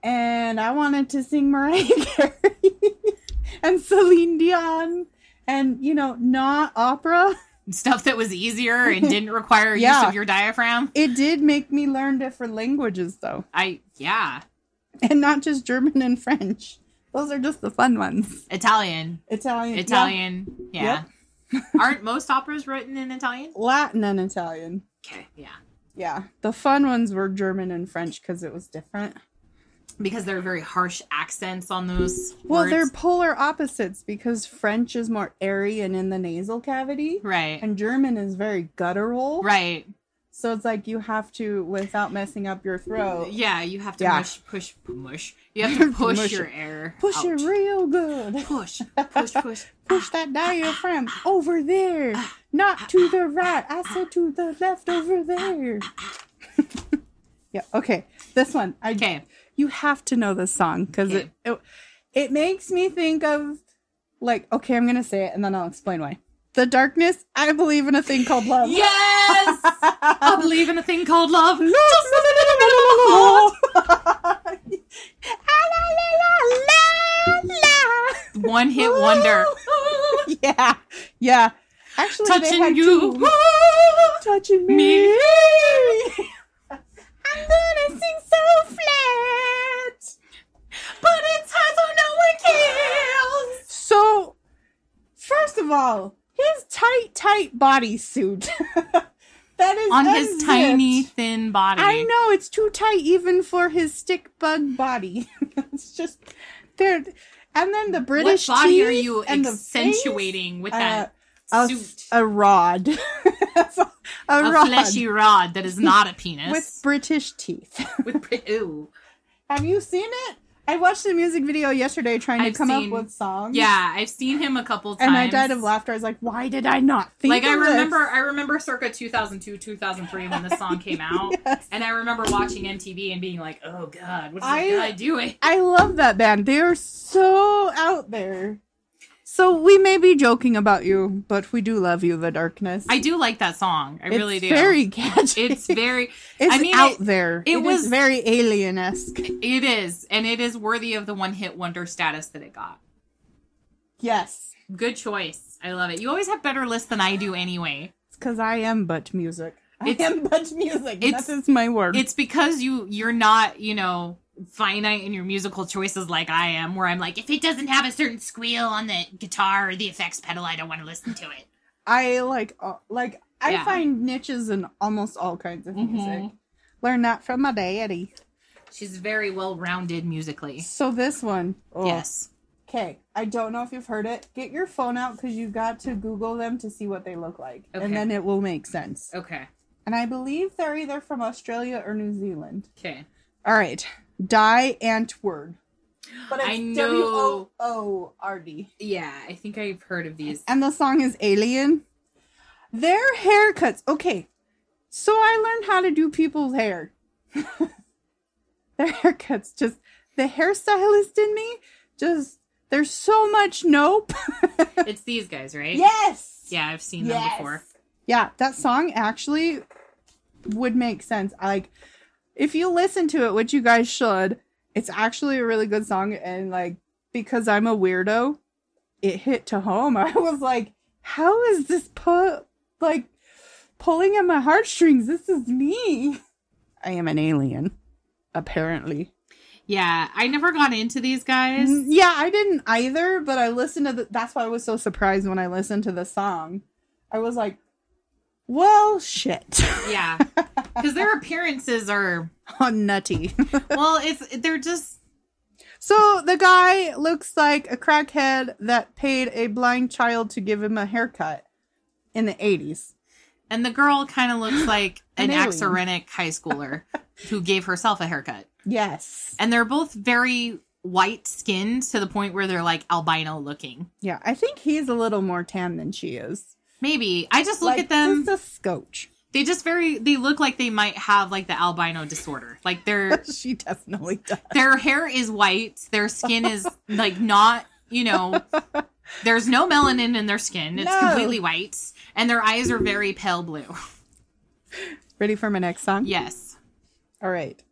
Speaker 2: and I wanted to sing Mariah Carey and Celine Dion, and you know, not opera.
Speaker 1: Stuff that was easier and didn't require use
Speaker 2: Yeah.
Speaker 1: of your diaphragm.
Speaker 2: It did make me learn different languages though,
Speaker 1: I yeah.
Speaker 2: and not just German and French. Those are just the fun ones.
Speaker 1: Italian.
Speaker 2: Italian, yeah.
Speaker 1: Italian. Yeah. Aren't most operas written in Italian?
Speaker 2: Latin, and Italian.
Speaker 1: Okay. Yeah.
Speaker 2: Yeah, the fun ones were German and French because it was different.
Speaker 1: Because there are very harsh accents on those.
Speaker 2: Well,
Speaker 1: words.
Speaker 2: they're polar opposites because French is more airy and in the nasal cavity,
Speaker 1: right.
Speaker 2: and German is very guttural.
Speaker 1: right.
Speaker 2: So it's like you have to, without messing up your throat,
Speaker 1: Yeah, you have to
Speaker 2: Yeah.
Speaker 1: mush, push, mush. You have to push,
Speaker 2: Mush
Speaker 1: your
Speaker 2: it.
Speaker 1: air.
Speaker 2: push
Speaker 1: out.
Speaker 2: it real good.
Speaker 1: Push, push, push.
Speaker 2: Push that diaphragm
Speaker 1: Ah.
Speaker 2: over there, not to the right. I said to the left
Speaker 1: Ah.
Speaker 2: over there. yeah. Okay. This one, I
Speaker 1: Okay.
Speaker 2: you have to know this song because
Speaker 1: Okay.
Speaker 2: it, it it makes me think of like okay i'm gonna say it and then i'll explain why the darkness i believe in a thing called love
Speaker 1: Yes! I believe in a thing called love. One hit wonder.
Speaker 2: yeah yeah actually they
Speaker 1: Touching
Speaker 2: had
Speaker 1: you.
Speaker 2: two- touching me,
Speaker 1: Me.
Speaker 2: i'm gonna sing so flat
Speaker 1: But it's hard so no one cares.
Speaker 2: So, first of all, his tight, tight bodysuit. that is
Speaker 1: On his
Speaker 2: unzipped.
Speaker 1: tiny, thin body.
Speaker 2: I know it's too tight even for his stick bug body. it's just there. And then the British
Speaker 1: what body are
Speaker 2: teeth
Speaker 1: you
Speaker 2: and the
Speaker 1: accentuating with
Speaker 2: face?
Speaker 1: that
Speaker 2: Uh, a,
Speaker 1: suit?
Speaker 2: a rod, That's a, a
Speaker 1: A,
Speaker 2: rod
Speaker 1: fleshy rod that is not a penis.
Speaker 2: with British teeth.
Speaker 1: With, pri- ooh.
Speaker 2: Have you seen it? I watched the music video yesterday trying to
Speaker 9: I've
Speaker 2: come
Speaker 9: seen-
Speaker 2: up with songs.
Speaker 9: Yeah, I've seen him a couple times.
Speaker 2: And I died of laughter. I was like, why did I not think
Speaker 9: Like I
Speaker 2: of this?
Speaker 9: remember, I remember circa 2002, 2003 when this song came out,
Speaker 2: Yes.
Speaker 9: and I remember watching MTV and being like, "Oh God, what's
Speaker 2: I-
Speaker 9: this guy doing?"
Speaker 2: I love that band. They are so out there. So we may be joking about you, but we do love you, The Darkness.
Speaker 1: I do like that song. I really
Speaker 2: it's
Speaker 1: do.
Speaker 2: Very catchy.
Speaker 1: it's very
Speaker 2: It's
Speaker 1: I mean,
Speaker 2: out
Speaker 1: it-
Speaker 2: there.
Speaker 1: it
Speaker 2: It, was
Speaker 1: was-
Speaker 2: very alien esque.
Speaker 1: it is and it is worthy of the one hit wonder status that it got.
Speaker 2: Yes,
Speaker 1: Good choice. I love it. You always have better lists than I do anyway.
Speaker 2: it's because I am but music. I
Speaker 1: It's-
Speaker 2: am but music.
Speaker 1: it's-
Speaker 2: That is my word.
Speaker 1: It's because you you're not, you know, finite in your musical choices like I am where I'm like if it doesn't have a certain squeal on the guitar or the effects pedal I don't want to listen to it.
Speaker 2: I like all- like I
Speaker 1: Yeah.
Speaker 2: find niches in almost all kinds of music.
Speaker 1: Mhm.
Speaker 2: Learn that from my daddy.
Speaker 1: She's very well rounded musically.
Speaker 2: So this one, Oh,
Speaker 1: Yes.
Speaker 2: Okay, I don't know if you've heard it. Get your phone out because you've got to Google them to see what they look like,
Speaker 9: Okay.
Speaker 2: and then it will make sense.
Speaker 9: Okay,
Speaker 2: And I believe they're either from Australia or New Zealand.
Speaker 9: okay.
Speaker 2: All right, die ant word. But
Speaker 9: I
Speaker 2: it's
Speaker 9: know-
Speaker 2: W O O R D.
Speaker 9: Yeah, I think I've heard of these.
Speaker 2: and the song is Alien. Their haircuts. Okay. So I learned how to do people's hair. Their haircuts just the hairstylist in me just there's so much nope.
Speaker 9: It's these guys, right?
Speaker 2: yes.
Speaker 9: Yeah, I've seen them
Speaker 2: Yes.
Speaker 9: before.
Speaker 2: Yeah, that song actually would make sense. I Like if you listen to it, which you guys should, it's actually a really good song and like because I'm a weirdo, it hit to home. I was like, how is this pu- like pulling at my heartstrings? This is me. I am an alien, apparently.
Speaker 1: Yeah, I never got into these guys.
Speaker 2: Mm, Yeah, I didn't either, but I listened to the, that's why I was so surprised when I listened to the song. I was like, well, shit.
Speaker 1: Yeah. Cuz their appearances are
Speaker 2: on Nutty.
Speaker 1: well, it's they're just
Speaker 2: so the guy looks like a crackhead that paid a blind child to give him a haircut in the 80s.
Speaker 1: and the girl kind of looks like an
Speaker 2: An alien.
Speaker 1: axorenic high schooler who gave herself a haircut.
Speaker 2: Yes.
Speaker 1: And they're both very white skinned to the point where they're like albino looking.
Speaker 2: Yeah, I think he's a little more tan than she is.
Speaker 1: Maybe. I just look
Speaker 2: Like,
Speaker 1: at them.
Speaker 2: Just a scotch.
Speaker 1: they just very they look like they might have like the albino disorder. Like their
Speaker 2: she definitely does.
Speaker 1: their hair is white, their skin is like not, you know, there's no melanin in their skin. It's
Speaker 2: No.
Speaker 1: completely white and their eyes are very pale blue.
Speaker 2: Ready for my next song?
Speaker 1: Yes.
Speaker 2: All right.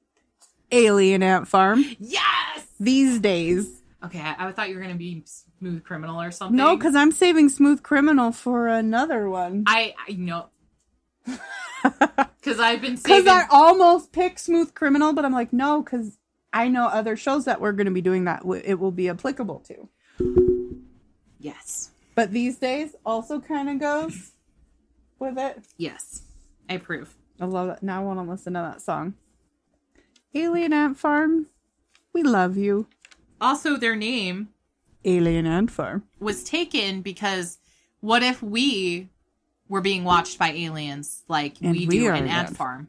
Speaker 2: Alien Ant Farm.
Speaker 1: Yes.
Speaker 2: These days.
Speaker 1: Okay, I, I thought you were going to be smooth criminal or something.
Speaker 2: No, because I'm saving Smooth Criminal for another one.
Speaker 1: I I know because I've been
Speaker 2: Because
Speaker 1: saving.
Speaker 2: I almost picked Smooth Criminal, but I'm like, no, because I know other shows that we're going to be doing that w- it will be applicable to.
Speaker 1: yes,
Speaker 2: But these days also kind of goes with it.
Speaker 1: yes, I approve.
Speaker 2: I love it. Now I want to listen to that song. Alien Ant Farm, we love you.
Speaker 1: Also, their name
Speaker 2: Alien Ant Farm.
Speaker 1: was taken because what if we were being watched by aliens like
Speaker 2: And
Speaker 1: we,
Speaker 2: we
Speaker 1: do
Speaker 2: are
Speaker 1: in ant
Speaker 2: them.
Speaker 1: farm?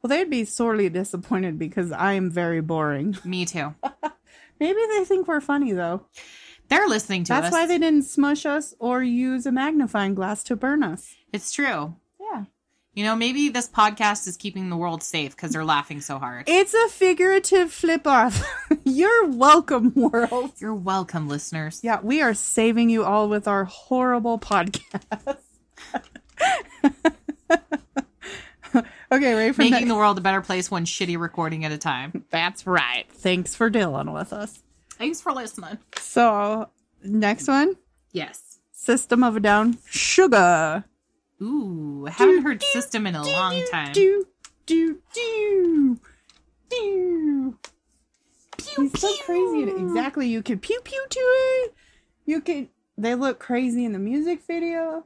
Speaker 2: Well, they'd be sorely disappointed because I am very boring.
Speaker 1: Me too.
Speaker 2: Maybe they think we're funny though.
Speaker 1: They're listening to
Speaker 2: That's
Speaker 1: us.
Speaker 2: why they didn't smush us or use a magnifying glass to burn us.
Speaker 1: it's true.
Speaker 2: Yeah.
Speaker 1: You know, maybe this podcast is keeping the world safe because they're laughing so hard.
Speaker 2: It's a figurative flip off. You're welcome, world.
Speaker 1: You're welcome, listeners.
Speaker 2: Yeah, we are saving you all with our horrible podcast. okay, ready for
Speaker 1: Making
Speaker 2: next?
Speaker 1: the world a better place one shitty recording at a time.
Speaker 2: That's right. Thanks for dealing with us.
Speaker 1: Thanks for listening.
Speaker 2: So, next one
Speaker 1: Yes.
Speaker 2: System of a Down, Sugar.
Speaker 1: Ooh, I haven't heard system in a long time.
Speaker 2: Do, do, do, do. He's so crazy. and- Exactly. You could pew pew to it. You could. They look crazy in the music video.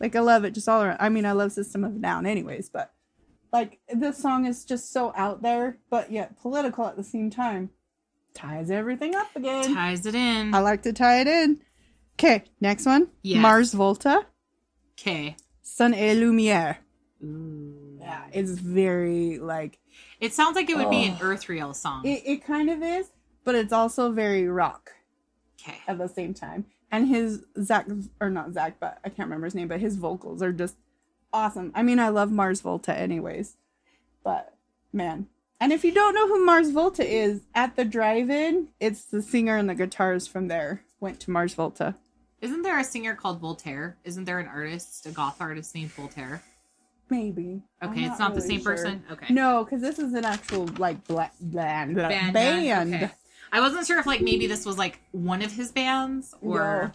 Speaker 2: Like I love it just all around. I mean, I love System of a Down, anyways. But like this song is just so out there, but yet political at the same time. Ties everything up again.
Speaker 1: Ties it in.
Speaker 2: I like to tie it in. Okay, next one.
Speaker 1: Yes.
Speaker 2: Mars Volta,
Speaker 1: Okay.
Speaker 2: Sun et Lumiere.
Speaker 1: Ooh.
Speaker 2: Yeah, it's very like uh,
Speaker 1: It sounds like it would be an Earthreal song.
Speaker 2: It, it kind of is, but it's also very rock
Speaker 10: Okay.
Speaker 2: at the same time. And his Zach or not Zach, but I can't remember his name, but his vocals are just awesome. I mean, I love Mars Volta anyways. But man. And if you don't know who Mars Volta is, at the drive-in, it's the singer and the guitarist from there went to Mars Volta.
Speaker 1: Isn't there a singer called Voltaire? Isn't there an artist, a goth artist named Voltaire?
Speaker 2: Maybe. I'm
Speaker 1: Okay, it's not the
Speaker 2: really
Speaker 1: same
Speaker 2: sure.
Speaker 1: person. Okay.
Speaker 2: No, because this is an actual like black band.
Speaker 1: Band.
Speaker 2: Band.
Speaker 1: Okay. I wasn't sure if like maybe this was like one of his bands or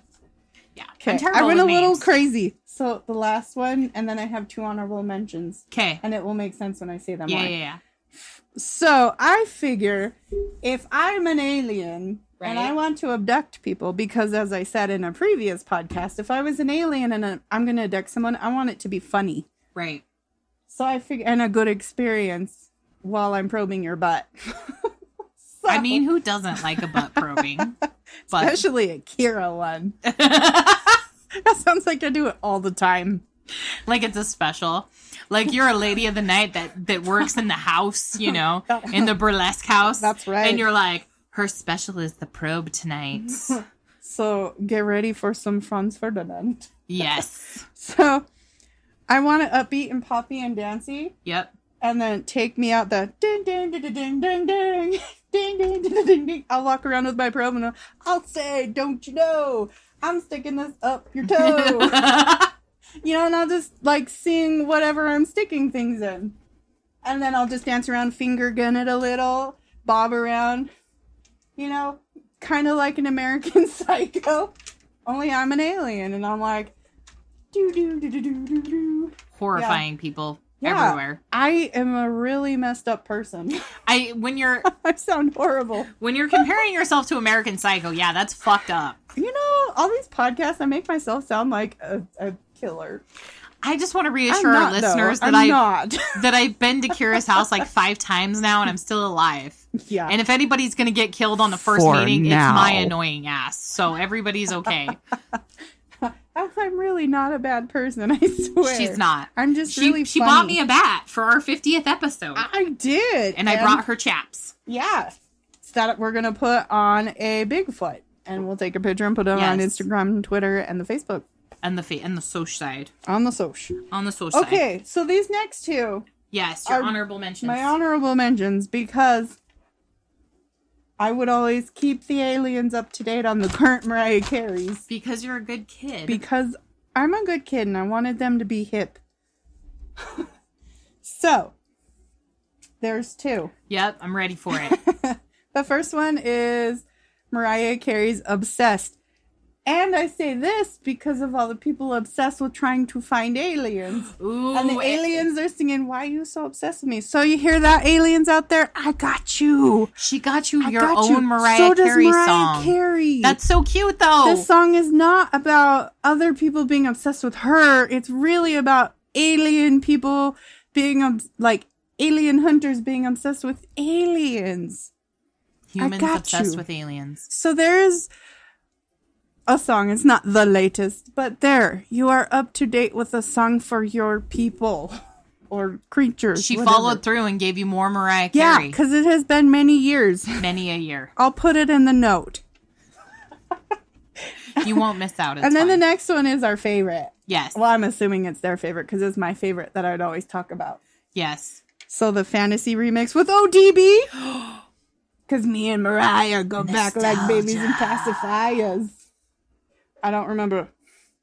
Speaker 1: yeah.
Speaker 2: Okay, I went a little crazy. So the last one, and then I have two honorable mentions,
Speaker 1: Okay.
Speaker 2: and it will make sense when I say them.
Speaker 1: Yeah, yeah,
Speaker 2: more.
Speaker 1: yeah.
Speaker 2: So I figure if I'm an alien
Speaker 1: Right.
Speaker 2: and I want to abduct people, because as I said in a previous podcast, if I was an alien and uh, I'm going to abduct someone, I want it to be funny.
Speaker 1: Right.
Speaker 2: So I figure, and a good experience while I'm probing your butt. So-
Speaker 1: I mean, who doesn't like a butt probing? But
Speaker 2: especially a Kira one. That sounds like I do it all the time.
Speaker 1: like it's a special. Like you're a lady of the night that that works in the house, you know, in the burlesque house.
Speaker 2: That's right.
Speaker 1: And you're like, her special is the probe tonight.
Speaker 2: So get ready for some Franz Ferdinand.
Speaker 1: yes.
Speaker 2: So I want it upbeat and poppy and dancey,
Speaker 1: Yep.
Speaker 2: and then take me out the ding ding ding ding ding ding ding ding ding ding ding ding. I'll walk around with my probe and I'll- I'll say, "Don't you know? I'm sticking this up your toe." you know, and I'll just like sing whatever I'm sticking things in, and then I'll just dance around, finger gun it a little, bob around, you know, kind of like an American Psycho, only I'm an alien, and I'm like, do do do do do do do.
Speaker 1: Horrifying people
Speaker 2: Yeah.
Speaker 1: everywhere.
Speaker 2: I am a really messed up person.
Speaker 1: I when you're
Speaker 2: I sound horrible.
Speaker 1: when you're comparing yourself to American Psycho, yeah, that's fucked up.
Speaker 2: You know, all these podcasts, I make myself sound like a, a killer.
Speaker 1: I just want to
Speaker 2: I'm
Speaker 1: reassure our
Speaker 2: not, though.
Speaker 1: listeners that
Speaker 2: I'm
Speaker 1: I
Speaker 2: not.
Speaker 1: that I've been to Kira's house like five times now and I'm still alive.
Speaker 2: yeah.
Speaker 1: And if anybody's gonna get killed on the first
Speaker 11: For
Speaker 1: meeting,
Speaker 11: now.
Speaker 1: it's my annoying ass. So everybody's okay.
Speaker 2: I'm really not a bad person. I swear.
Speaker 1: She's not.
Speaker 2: I'm just
Speaker 1: She
Speaker 2: really.
Speaker 1: she
Speaker 2: funny. Ah,
Speaker 1: bought me a bat for our fiftieth episode,
Speaker 2: I did,
Speaker 1: and I brought her chaps.
Speaker 2: Yeah, It's that we're gonna put on a Bigfoot, and we'll take a picture and put it on
Speaker 1: Yes.
Speaker 2: Instagram, Twitter, and the Facebook
Speaker 1: And the fa- and the social side
Speaker 2: on the social.
Speaker 1: on the social side.
Speaker 2: Okay, so these next two,
Speaker 1: Yes, your
Speaker 2: Our-
Speaker 1: honorable mentions.
Speaker 2: my honorable mentions, because I would always keep the aliens up to date on the current Mariah Carey's
Speaker 1: because you're a good kid.
Speaker 2: because I'm a good kid and I wanted them to be hip. so there's two.
Speaker 1: yep, I'm ready for it.
Speaker 2: The first one is Mariah Carey's Obsessed. And I say this because of all the people obsessed with trying to find aliens.
Speaker 1: Ooh, eh,
Speaker 2: and the
Speaker 1: it-
Speaker 2: aliens are singing, Why are you so obsessed with me? So you hear that, aliens out there? I got you.
Speaker 1: she got you
Speaker 2: I
Speaker 1: your
Speaker 2: got
Speaker 1: own
Speaker 2: you.
Speaker 1: Mariah
Speaker 2: so does
Speaker 1: Carey
Speaker 2: Mariah
Speaker 1: song.
Speaker 2: Carey.
Speaker 1: That's so cute, though.
Speaker 2: This song is not about other people being obsessed with her. It's really about alien people being obs- like alien hunters being obsessed with aliens.
Speaker 1: Humans
Speaker 2: got
Speaker 1: obsessed
Speaker 2: you.
Speaker 1: with aliens.
Speaker 2: So there is a song. It's not the latest, but there you are up to date with a song for your people or creatures.
Speaker 1: She
Speaker 2: whatever.
Speaker 1: followed through and gave you more Mariah
Speaker 2: Yeah,
Speaker 1: Carey.
Speaker 2: because it has been many years.
Speaker 1: many a year.
Speaker 2: I'll put it in the note.
Speaker 1: You won't miss out. It's
Speaker 2: and then the
Speaker 1: fine.
Speaker 2: next one is our favorite.
Speaker 1: yes,
Speaker 2: Well, I'm assuming it's their favorite because it's my favorite that I'd always talk about.
Speaker 1: yes.
Speaker 2: So the fantasy remix with ODB. Because me and Mariah go back like babies and pacifiers. I don't remember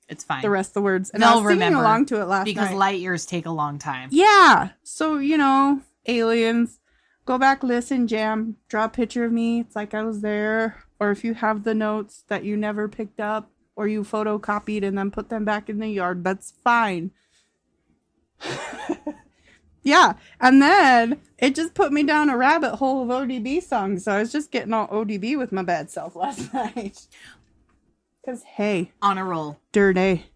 Speaker 1: It's fine.
Speaker 2: the rest of the words. And
Speaker 1: They'll
Speaker 2: I was singing
Speaker 1: remember,
Speaker 2: along to it last
Speaker 1: because
Speaker 2: night.
Speaker 1: light years take a long time.
Speaker 2: yeah. So, you know, aliens, go back, listen, jam, draw a picture of me. It's like I was there. Or if you have the notes that you never picked up or you photocopied and then put them back in the yard, that's fine. yeah. And then it just put me down a rabbit hole of ODB songs. So I was just getting all ODB with my bad self last night. Because, hey,
Speaker 1: On a roll.
Speaker 2: dirty.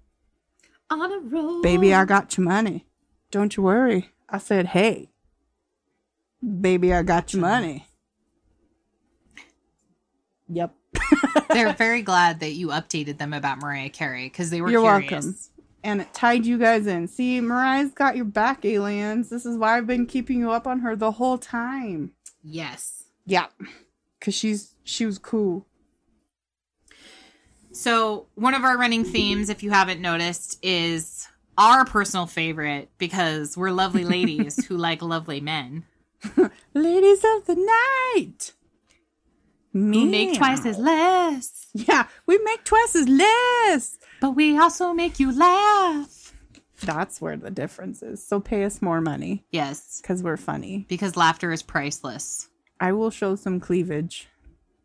Speaker 1: On a roll.
Speaker 2: Baby, I got your money. Don't you worry. I said, hey, baby, I got your money. Yep.
Speaker 1: They're very glad that you updated them about Mariah Carey because they were
Speaker 2: You're
Speaker 1: curious.
Speaker 2: welcome. And it tied you guys in. See, Mariah's got your back, aliens. This is why I've been keeping you up on her the whole time.
Speaker 1: Yes.
Speaker 2: Yep. because she's she was cool.
Speaker 1: So, one of our running themes, if you haven't noticed, is our personal favorite because we're lovely ladies who like lovely men
Speaker 2: Ladies of the night.
Speaker 1: who make
Speaker 2: Meow.
Speaker 1: twice as less,
Speaker 2: Yeah, we make twice as less.
Speaker 1: but we also make you laugh.
Speaker 2: That's where the difference is. So pay us more money
Speaker 1: Yes,
Speaker 2: because we're funny.
Speaker 1: because laughter is priceless.
Speaker 2: I will show some cleavage,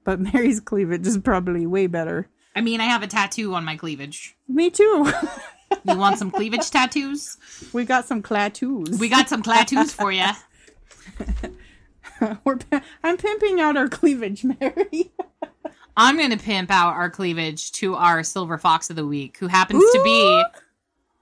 Speaker 2: but Mary's cleavage is probably way better.
Speaker 1: I mean, I have a tattoo on my cleavage.
Speaker 2: Me too.
Speaker 1: You want some cleavage tattoos?
Speaker 2: we got some tattoos.
Speaker 1: We got some tattoos for you.
Speaker 2: We're, pi- I'm pimping out our cleavage, Mary.
Speaker 1: I'm going to pimp out our cleavage to our silver fox of the week, who happens to be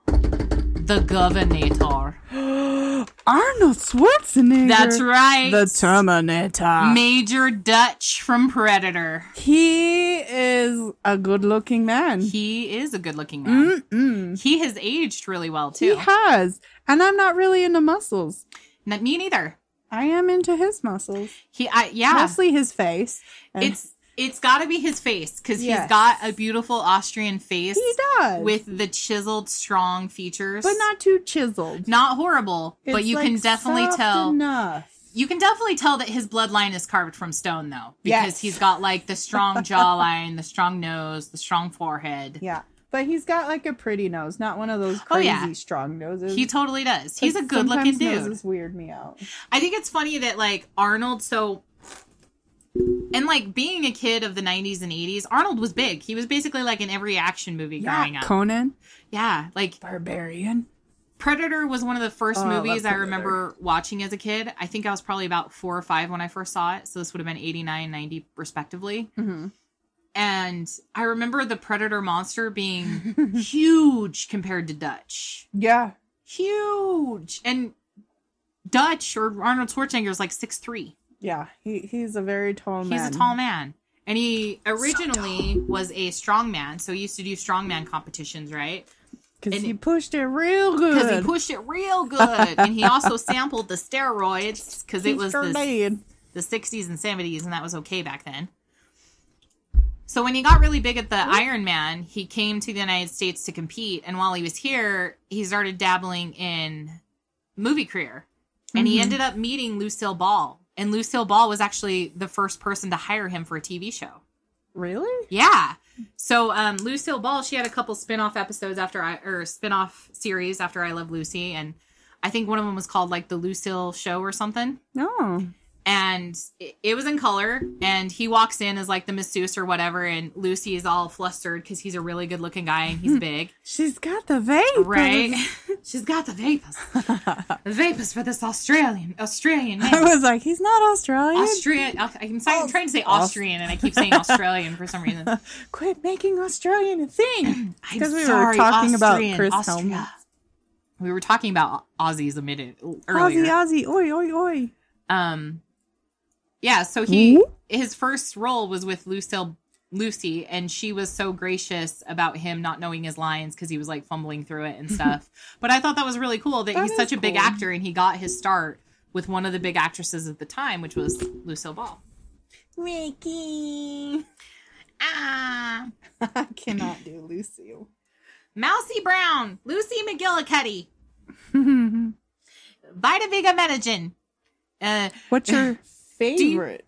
Speaker 1: the governor.
Speaker 2: Arnold Schwarzenegger.
Speaker 1: That's right.
Speaker 2: The Terminator.
Speaker 1: Major Dutch from Predator.
Speaker 2: he is a good-looking man.
Speaker 1: He is a good looking man.
Speaker 2: Mm.
Speaker 1: He has aged really well,
Speaker 2: He
Speaker 1: too.
Speaker 2: has, and I'm not really into muscles.
Speaker 1: Not me neither.
Speaker 2: I am into his muscles,
Speaker 1: He, I, yeah.
Speaker 2: mostly his face. And
Speaker 1: It's it's got to be his face because he's
Speaker 2: Yes.
Speaker 1: got a beautiful Austrian face
Speaker 2: he does
Speaker 1: with the chiseled, strong features,
Speaker 2: but not too chiseled.
Speaker 1: not horrible. but
Speaker 2: It's,
Speaker 1: you can
Speaker 2: like,
Speaker 1: definitely
Speaker 2: soft
Speaker 1: tell.
Speaker 2: enough.
Speaker 1: You can definitely tell that his bloodline is carved from stone, though, because
Speaker 2: Yes.
Speaker 1: he's got like the strong jawline, the strong nose, the strong forehead.
Speaker 2: Yeah, but he's got like a pretty nose, not one of those
Speaker 1: Oh,
Speaker 2: crazy
Speaker 1: yeah.
Speaker 2: strong noses.
Speaker 1: He totally does. He's a
Speaker 2: Like,
Speaker 1: good looking
Speaker 2: sometimes
Speaker 1: dude.
Speaker 2: Noses weird me out.
Speaker 1: I think it's funny that like Arnold so and like being a kid of the 90s and 80s, Arnold was big. He was basically like in every action movie growing up.
Speaker 2: Conan,
Speaker 1: yeah, like
Speaker 2: barbarian.
Speaker 1: Predator was one of the first
Speaker 2: Oh, I love
Speaker 1: movies I
Speaker 2: Predator.
Speaker 1: remember watching as a kid. I think I was probably about 4 or 5 when I first saw it, so this would have been 89, 90 respectively.
Speaker 2: Mm-hmm.
Speaker 1: And I remember the Predator monster being huge compared to Dutch.
Speaker 2: Yeah,
Speaker 1: Huge. And Dutch or Arnold Schwarzenegger is like 6'3".
Speaker 2: yeah. He he's a very tall man.
Speaker 1: He's a tall man. And he originally was a strongman, so he used to do strongman competitions, right?
Speaker 2: because
Speaker 1: and-
Speaker 2: he pushed it real good.
Speaker 1: Because he pushed it real good. and he also sampled the steroids because it
Speaker 2: He
Speaker 1: was
Speaker 2: sure
Speaker 1: the,
Speaker 2: did.
Speaker 1: the 60s and 70s, and that was okay back then. So when he got really big at the Iron Man, he came to the United States to compete. And while he was here, he started dabbling in movie career. And he ended up meeting Lucille Ball. And Lucille Ball was actually the first person to hire him for a TV show.
Speaker 2: Really?
Speaker 1: Yeah. So um, Lucille Ball, she had a couple spin-off episodes after I or spin-off series after I Love Lucy, and I think one of them was called like the Lucille Show or something.
Speaker 2: No.
Speaker 1: And it, it was in color, and he walks in as like the masseuse or whatever, and Lucy is all flustered because he's a really good-looking guy and he's big,
Speaker 2: She's got the vapors.
Speaker 1: right? She's got the vapors, the vapors for this Australian Australian
Speaker 2: I
Speaker 1: man.
Speaker 2: was like, he's not Australian.
Speaker 1: Austrian. I'm sorry, I'm trying to say Austrian, and I keep saying Australian for some reason.
Speaker 2: Quit making Australian a thing.
Speaker 1: I'm
Speaker 2: 'Cause we were
Speaker 1: sorry,
Speaker 2: talking about
Speaker 1: Austrian,
Speaker 2: Chris
Speaker 1: Austria.
Speaker 2: Helms.
Speaker 1: We were talking about Aussies a minute earlier.
Speaker 2: Aussie, Aussie, oi, oi, oi.
Speaker 1: Um, yeah. So he
Speaker 2: Hmm?
Speaker 1: his first role was with Lucille Lucy, and she was so gracious about him not knowing his lines because he was like fumbling through it and stuff. but I thought that was really cool that,
Speaker 2: Mm-hmm. That
Speaker 1: he's such
Speaker 2: is
Speaker 1: a big
Speaker 2: cool.
Speaker 1: actor and he got his start with one of the big actresses at the time, which was Lucille Ball.
Speaker 2: Mickey.
Speaker 1: Ah,
Speaker 2: I cannot do Lucille.
Speaker 1: Mousy Brown, Lucy McGillicuddy, Vita Vega Medigen. Uh,
Speaker 2: What's your favorite?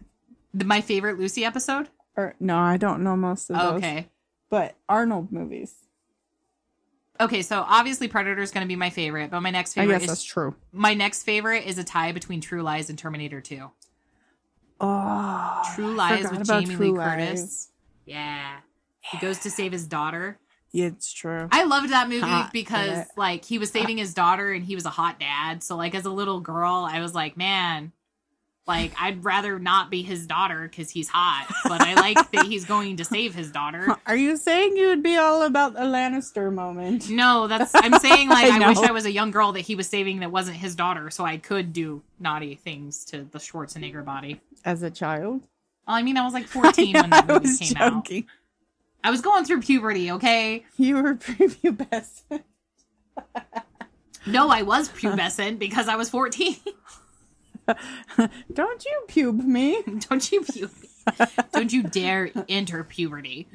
Speaker 1: th- my favorite Lucy episode.
Speaker 2: Or no, I don't know most of those.
Speaker 1: okay.
Speaker 2: But Arnold movies.
Speaker 1: Okay, so obviously Predator is going to be my favorite, but my next
Speaker 2: I
Speaker 1: favorite
Speaker 2: guess that's
Speaker 1: is
Speaker 2: true.
Speaker 1: my next favorite is a tie between True Lies and Terminator 2.
Speaker 2: Oh,
Speaker 1: True
Speaker 2: I
Speaker 1: Lies
Speaker 2: forgot
Speaker 1: with
Speaker 2: about
Speaker 1: Jamie
Speaker 2: True
Speaker 1: Lee
Speaker 2: Lies.
Speaker 1: Curtis. Yeah. He goes to save his daughter.
Speaker 2: Yeah, it's true.
Speaker 1: I loved that movie
Speaker 2: Hot
Speaker 1: because
Speaker 2: dad.
Speaker 1: like he was saving his daughter and he was a hot dad. So like as a little girl, I was like, man, like I'd rather not be his daughter cuz he's hot, but I like that he's going to save his daughter.
Speaker 2: Are you saying you would be all about the Lannister moment?
Speaker 1: No, that's I'm saying like
Speaker 2: I
Speaker 1: I, wish
Speaker 2: know.
Speaker 1: I was a young girl that he was saving that wasn't his daughter, so I could do naughty things to the Schwarzenegger body.
Speaker 2: As a child?
Speaker 1: Well, I mean, I was like 14 when that
Speaker 2: I
Speaker 1: movie
Speaker 2: was
Speaker 1: came out.
Speaker 2: joking.
Speaker 1: I was going through puberty, okay?
Speaker 2: You were prepubescent.
Speaker 1: No, I was pubescent because I was 14.
Speaker 2: Don't you pube me.
Speaker 1: Don't you pube? me. Don't you dare enter puberty.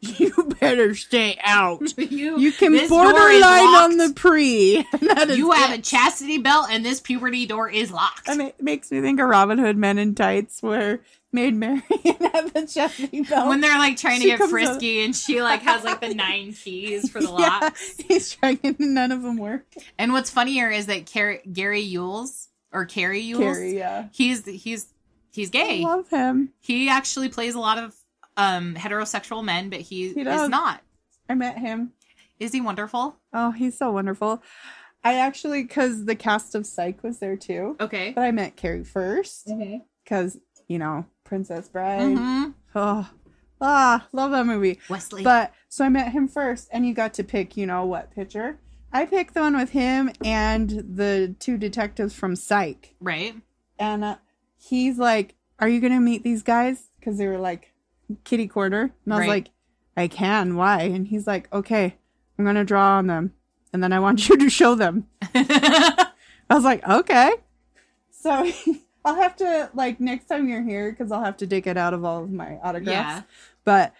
Speaker 12: You better stay out.
Speaker 1: You,
Speaker 12: You can
Speaker 1: this door is
Speaker 12: borderline on the
Speaker 1: locked.
Speaker 12: pre. That is
Speaker 1: You
Speaker 12: it.
Speaker 1: have a chastity belt, and this puberty door is locked.
Speaker 12: I mean-
Speaker 2: It makes me think of Robin Hood men in tights where Maid Marian had the chastity belt.
Speaker 1: when they're like trying to
Speaker 2: She
Speaker 1: get
Speaker 2: comes up-
Speaker 1: frisky, and she like has like the nine keys for the
Speaker 2: yeah,
Speaker 1: lock.
Speaker 2: he's trying and none of them work.
Speaker 1: And what's funnier is that Car- Gary Yules or Carrie Yules,
Speaker 2: Carrie, yeah.
Speaker 1: he's he's he's
Speaker 2: I
Speaker 1: gay.
Speaker 2: love him.
Speaker 1: He actually plays a lot of um heterosexual men, but he, is
Speaker 2: does.
Speaker 1: not.
Speaker 2: I met him.
Speaker 1: Is he wonderful?
Speaker 2: Oh, he's so wonderful. I actually, because the cast of Psych was there too,
Speaker 1: Okay.
Speaker 2: but I met Carrie first
Speaker 1: Mhm.
Speaker 2: because, you know, Princess Bride.
Speaker 1: Mhm.
Speaker 2: Oh, ah, love that movie.
Speaker 1: Wesley.
Speaker 2: But so I met him first, and you got to pick, you know, what picture. I picked the one with him and the two detectives from Psych.
Speaker 1: right.
Speaker 2: And uh, he's like, Are you going to meet these guys? Because they were like kitty corner. And I
Speaker 1: Right.
Speaker 2: was like, I can. Why? And he's like, Okay, I'm going to draw on them. And then I want you to show them. I was like, Okay. So I'll have to, like, next time you're here, because I'll have to dig it out of all of my autographs.
Speaker 1: yeah.
Speaker 2: But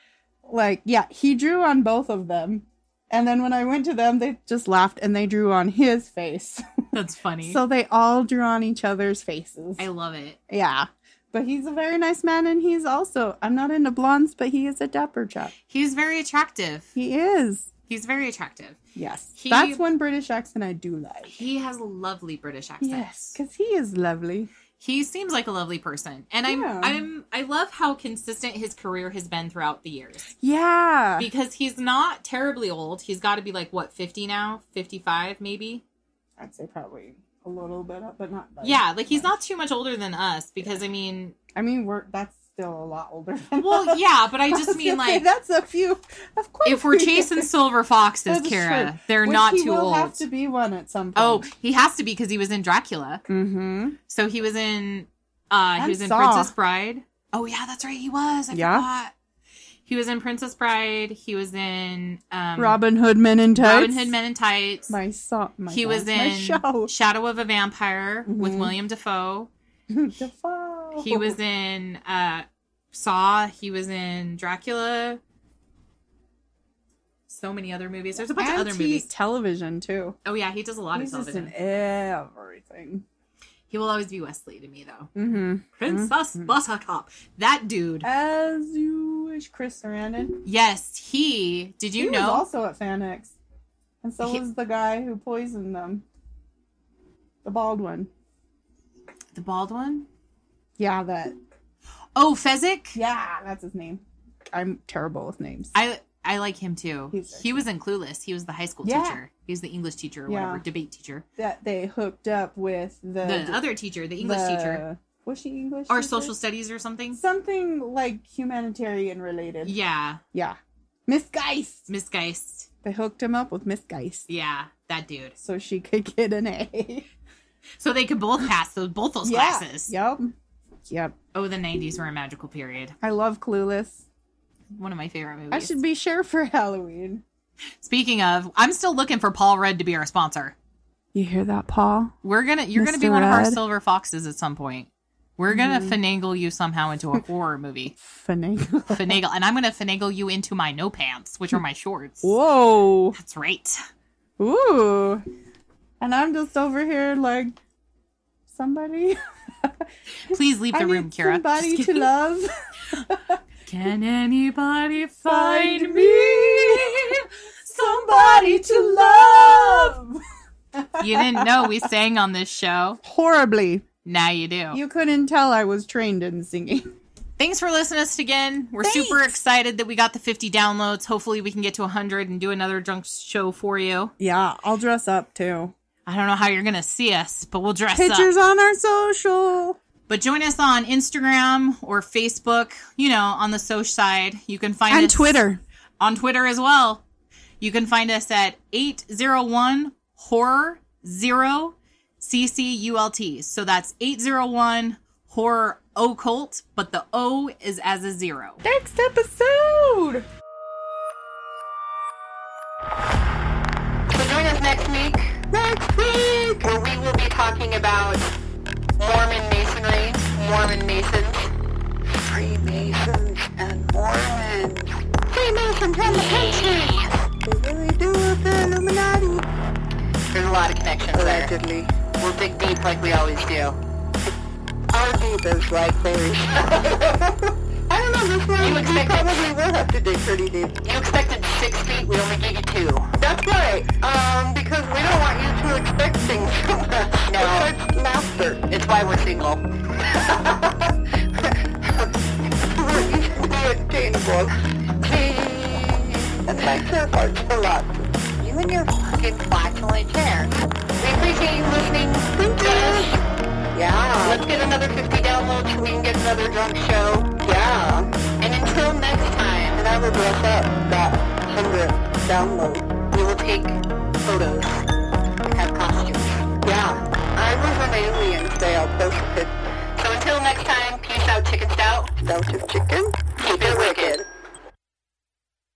Speaker 2: like, yeah, he drew on both of them. And then when I went to them, they just laughed and they drew on his face.
Speaker 1: That's funny.
Speaker 2: so they all drew on each other's faces.
Speaker 1: I love it.
Speaker 2: yeah. But he's a very nice man and he's also, I'm not into blondes, but he is a dapper chap.
Speaker 1: He's very attractive.
Speaker 2: He is.
Speaker 1: He's very attractive.
Speaker 2: Yes.
Speaker 1: He-
Speaker 2: That's one British accent I do like.
Speaker 1: He has a lovely British accent.
Speaker 2: Yes. Because he is lovely.
Speaker 1: He seems like a lovely person. And I'm
Speaker 2: Yeah.
Speaker 1: I'm I love how consistent his career has been throughout the years.
Speaker 2: Yeah.
Speaker 1: Because he's not terribly old. He's got to be like what, 50 now? 55 maybe?
Speaker 2: I'd say probably a little bit up, but not much.
Speaker 1: Yeah, like he's not too much older than us because I mean,
Speaker 2: I mean, we're, that's still a lot older than
Speaker 1: well, yeah, but I
Speaker 2: I was
Speaker 1: just mean
Speaker 2: gonna say,
Speaker 1: like
Speaker 2: that's a few. Of course,
Speaker 1: if we're chasing silver foxes,
Speaker 2: That's
Speaker 1: Kara,
Speaker 2: true.
Speaker 1: they're
Speaker 2: Which
Speaker 1: not
Speaker 2: he
Speaker 1: too
Speaker 2: will
Speaker 1: old.
Speaker 2: have to be one at some point.
Speaker 1: oh, Um, he has to be because he was in Dracula.
Speaker 2: mm-hmm.
Speaker 1: So he was in uh he
Speaker 2: And
Speaker 1: was in
Speaker 2: Saw.
Speaker 1: Princess Bride. Oh yeah, that's right. He was. I
Speaker 2: Yeah.
Speaker 1: forgot. He was in Princess Bride. He was in um
Speaker 2: Robin Hood Men in Tights.
Speaker 1: Robin Hood Men in Tights.
Speaker 2: My song. My
Speaker 1: he
Speaker 2: song.
Speaker 1: was
Speaker 2: my
Speaker 1: in
Speaker 2: show.
Speaker 1: Shadow of a Vampire with
Speaker 2: Mhm.
Speaker 1: William Defoe.
Speaker 2: Defoe.
Speaker 1: He was in uh Saw, he was in Dracula. So many other movies. There's a bunch of
Speaker 2: and
Speaker 1: other
Speaker 2: he-
Speaker 1: movies.
Speaker 2: television too.
Speaker 1: Oh yeah, he does a lot
Speaker 2: He's
Speaker 1: of
Speaker 2: just in
Speaker 1: television.
Speaker 2: everything.
Speaker 1: He will always be Wesley to me though.
Speaker 2: Mm-hmm. Uh,
Speaker 1: Princess Buttercup. That dude.
Speaker 2: As you wish, Chris Sarandon.
Speaker 1: Yes, he. Did you
Speaker 2: he
Speaker 1: know?
Speaker 2: was also at FanX, and so
Speaker 1: He-
Speaker 2: was the guy who poisoned them. The bald one.
Speaker 1: the bald one?
Speaker 2: Yeah, that.
Speaker 1: Oh, Fezzik?
Speaker 2: Yeah, that's his name. I'm terrible with names.
Speaker 1: I I like him too.
Speaker 2: He's very
Speaker 1: he was in Clueless. He was the high school
Speaker 2: Yeah.
Speaker 1: teacher. He was the English teacher or
Speaker 2: Yeah.
Speaker 1: whatever, debate teacher.
Speaker 2: that they hooked up with the
Speaker 1: The other teacher, the English teacher.
Speaker 2: Was she English?
Speaker 1: Or
Speaker 2: teacher?
Speaker 1: social studies or something.
Speaker 2: something like humanitarian related.
Speaker 1: Yeah.
Speaker 2: Yeah. Miss Geist.
Speaker 1: Miss Geist.
Speaker 2: They hooked him up with Miss Geist
Speaker 1: Yeah, that dude.
Speaker 2: so she could get an A.
Speaker 1: So they could both pass those both those
Speaker 2: yeah.
Speaker 1: classes.
Speaker 2: Yep. Yep.
Speaker 1: Oh, the nineties were a magical period.
Speaker 2: I love Clueless.
Speaker 1: One of my favorite movies.
Speaker 2: I should be sure for Halloween.
Speaker 1: Speaking of, I'm still looking for Paul Rudd to be our sponsor.
Speaker 12: You hear that, Paul?
Speaker 1: We're gonna you're gonna be
Speaker 12: Mr.
Speaker 1: one of our
Speaker 12: Red.
Speaker 1: silver foxes at some point. We're gonna
Speaker 2: Mm-hmm.
Speaker 1: finagle you somehow into a horror movie.
Speaker 2: Finagle.
Speaker 1: finagle and I'm gonna finagle you into my no pants, which are my shorts.
Speaker 2: Whoa.
Speaker 1: That's right.
Speaker 2: Ooh. And I'm just over here like somebody.
Speaker 1: Please leave the
Speaker 2: I
Speaker 1: room,
Speaker 2: need
Speaker 1: Kira.
Speaker 2: somebody
Speaker 1: Just
Speaker 2: to
Speaker 1: kidding.
Speaker 2: love.
Speaker 1: Can anybody
Speaker 2: Find
Speaker 1: find me?
Speaker 2: me somebody to love.
Speaker 1: You didn't know we sang on this show.
Speaker 2: Horribly.
Speaker 1: Now you do.
Speaker 2: You couldn't tell I was trained in singing.
Speaker 1: Thanks for listening to us again. We're super excited that we got the 50 downloads. Hopefully, we can get to 100 and do another drunk show for you.
Speaker 2: Yeah, I'll dress up too.
Speaker 1: I don't know how you're going to see us, but we'll dress up.
Speaker 2: Pictures on our social.
Speaker 1: But join us on Instagram or Facebook, you know, on the social side. You can find
Speaker 12: And
Speaker 1: us
Speaker 12: Twitter.
Speaker 1: on Twitter as well. You can find us at 801 horror 0 CCULT. So that's 801 horror occult, but the O is as a zero.
Speaker 2: Next episode.
Speaker 13: So join us next week. Next week! Where we will be talking about Mormon masonry, Mormon masons, Freed from around the country. They really do with the Illuminati. There's a lot of connections Allegedly. there. We'll dig deep like we always do. Our deep is like very I don't know, this one you expected, probably will have to dig pretty deep. You expected six feet, we only gave you two. That's right, um, because we don't want you to expect things from us. No. It's master. It's why we're single. we're easily attainable. That makes our hearts a lot. You and your fucking flatulent chair. We appreciate you listening. Thank you. Yeah. Let's get another 50 downloads so we can get another drunk show. Yeah. And until next time. And I will dress up that 100 downloads.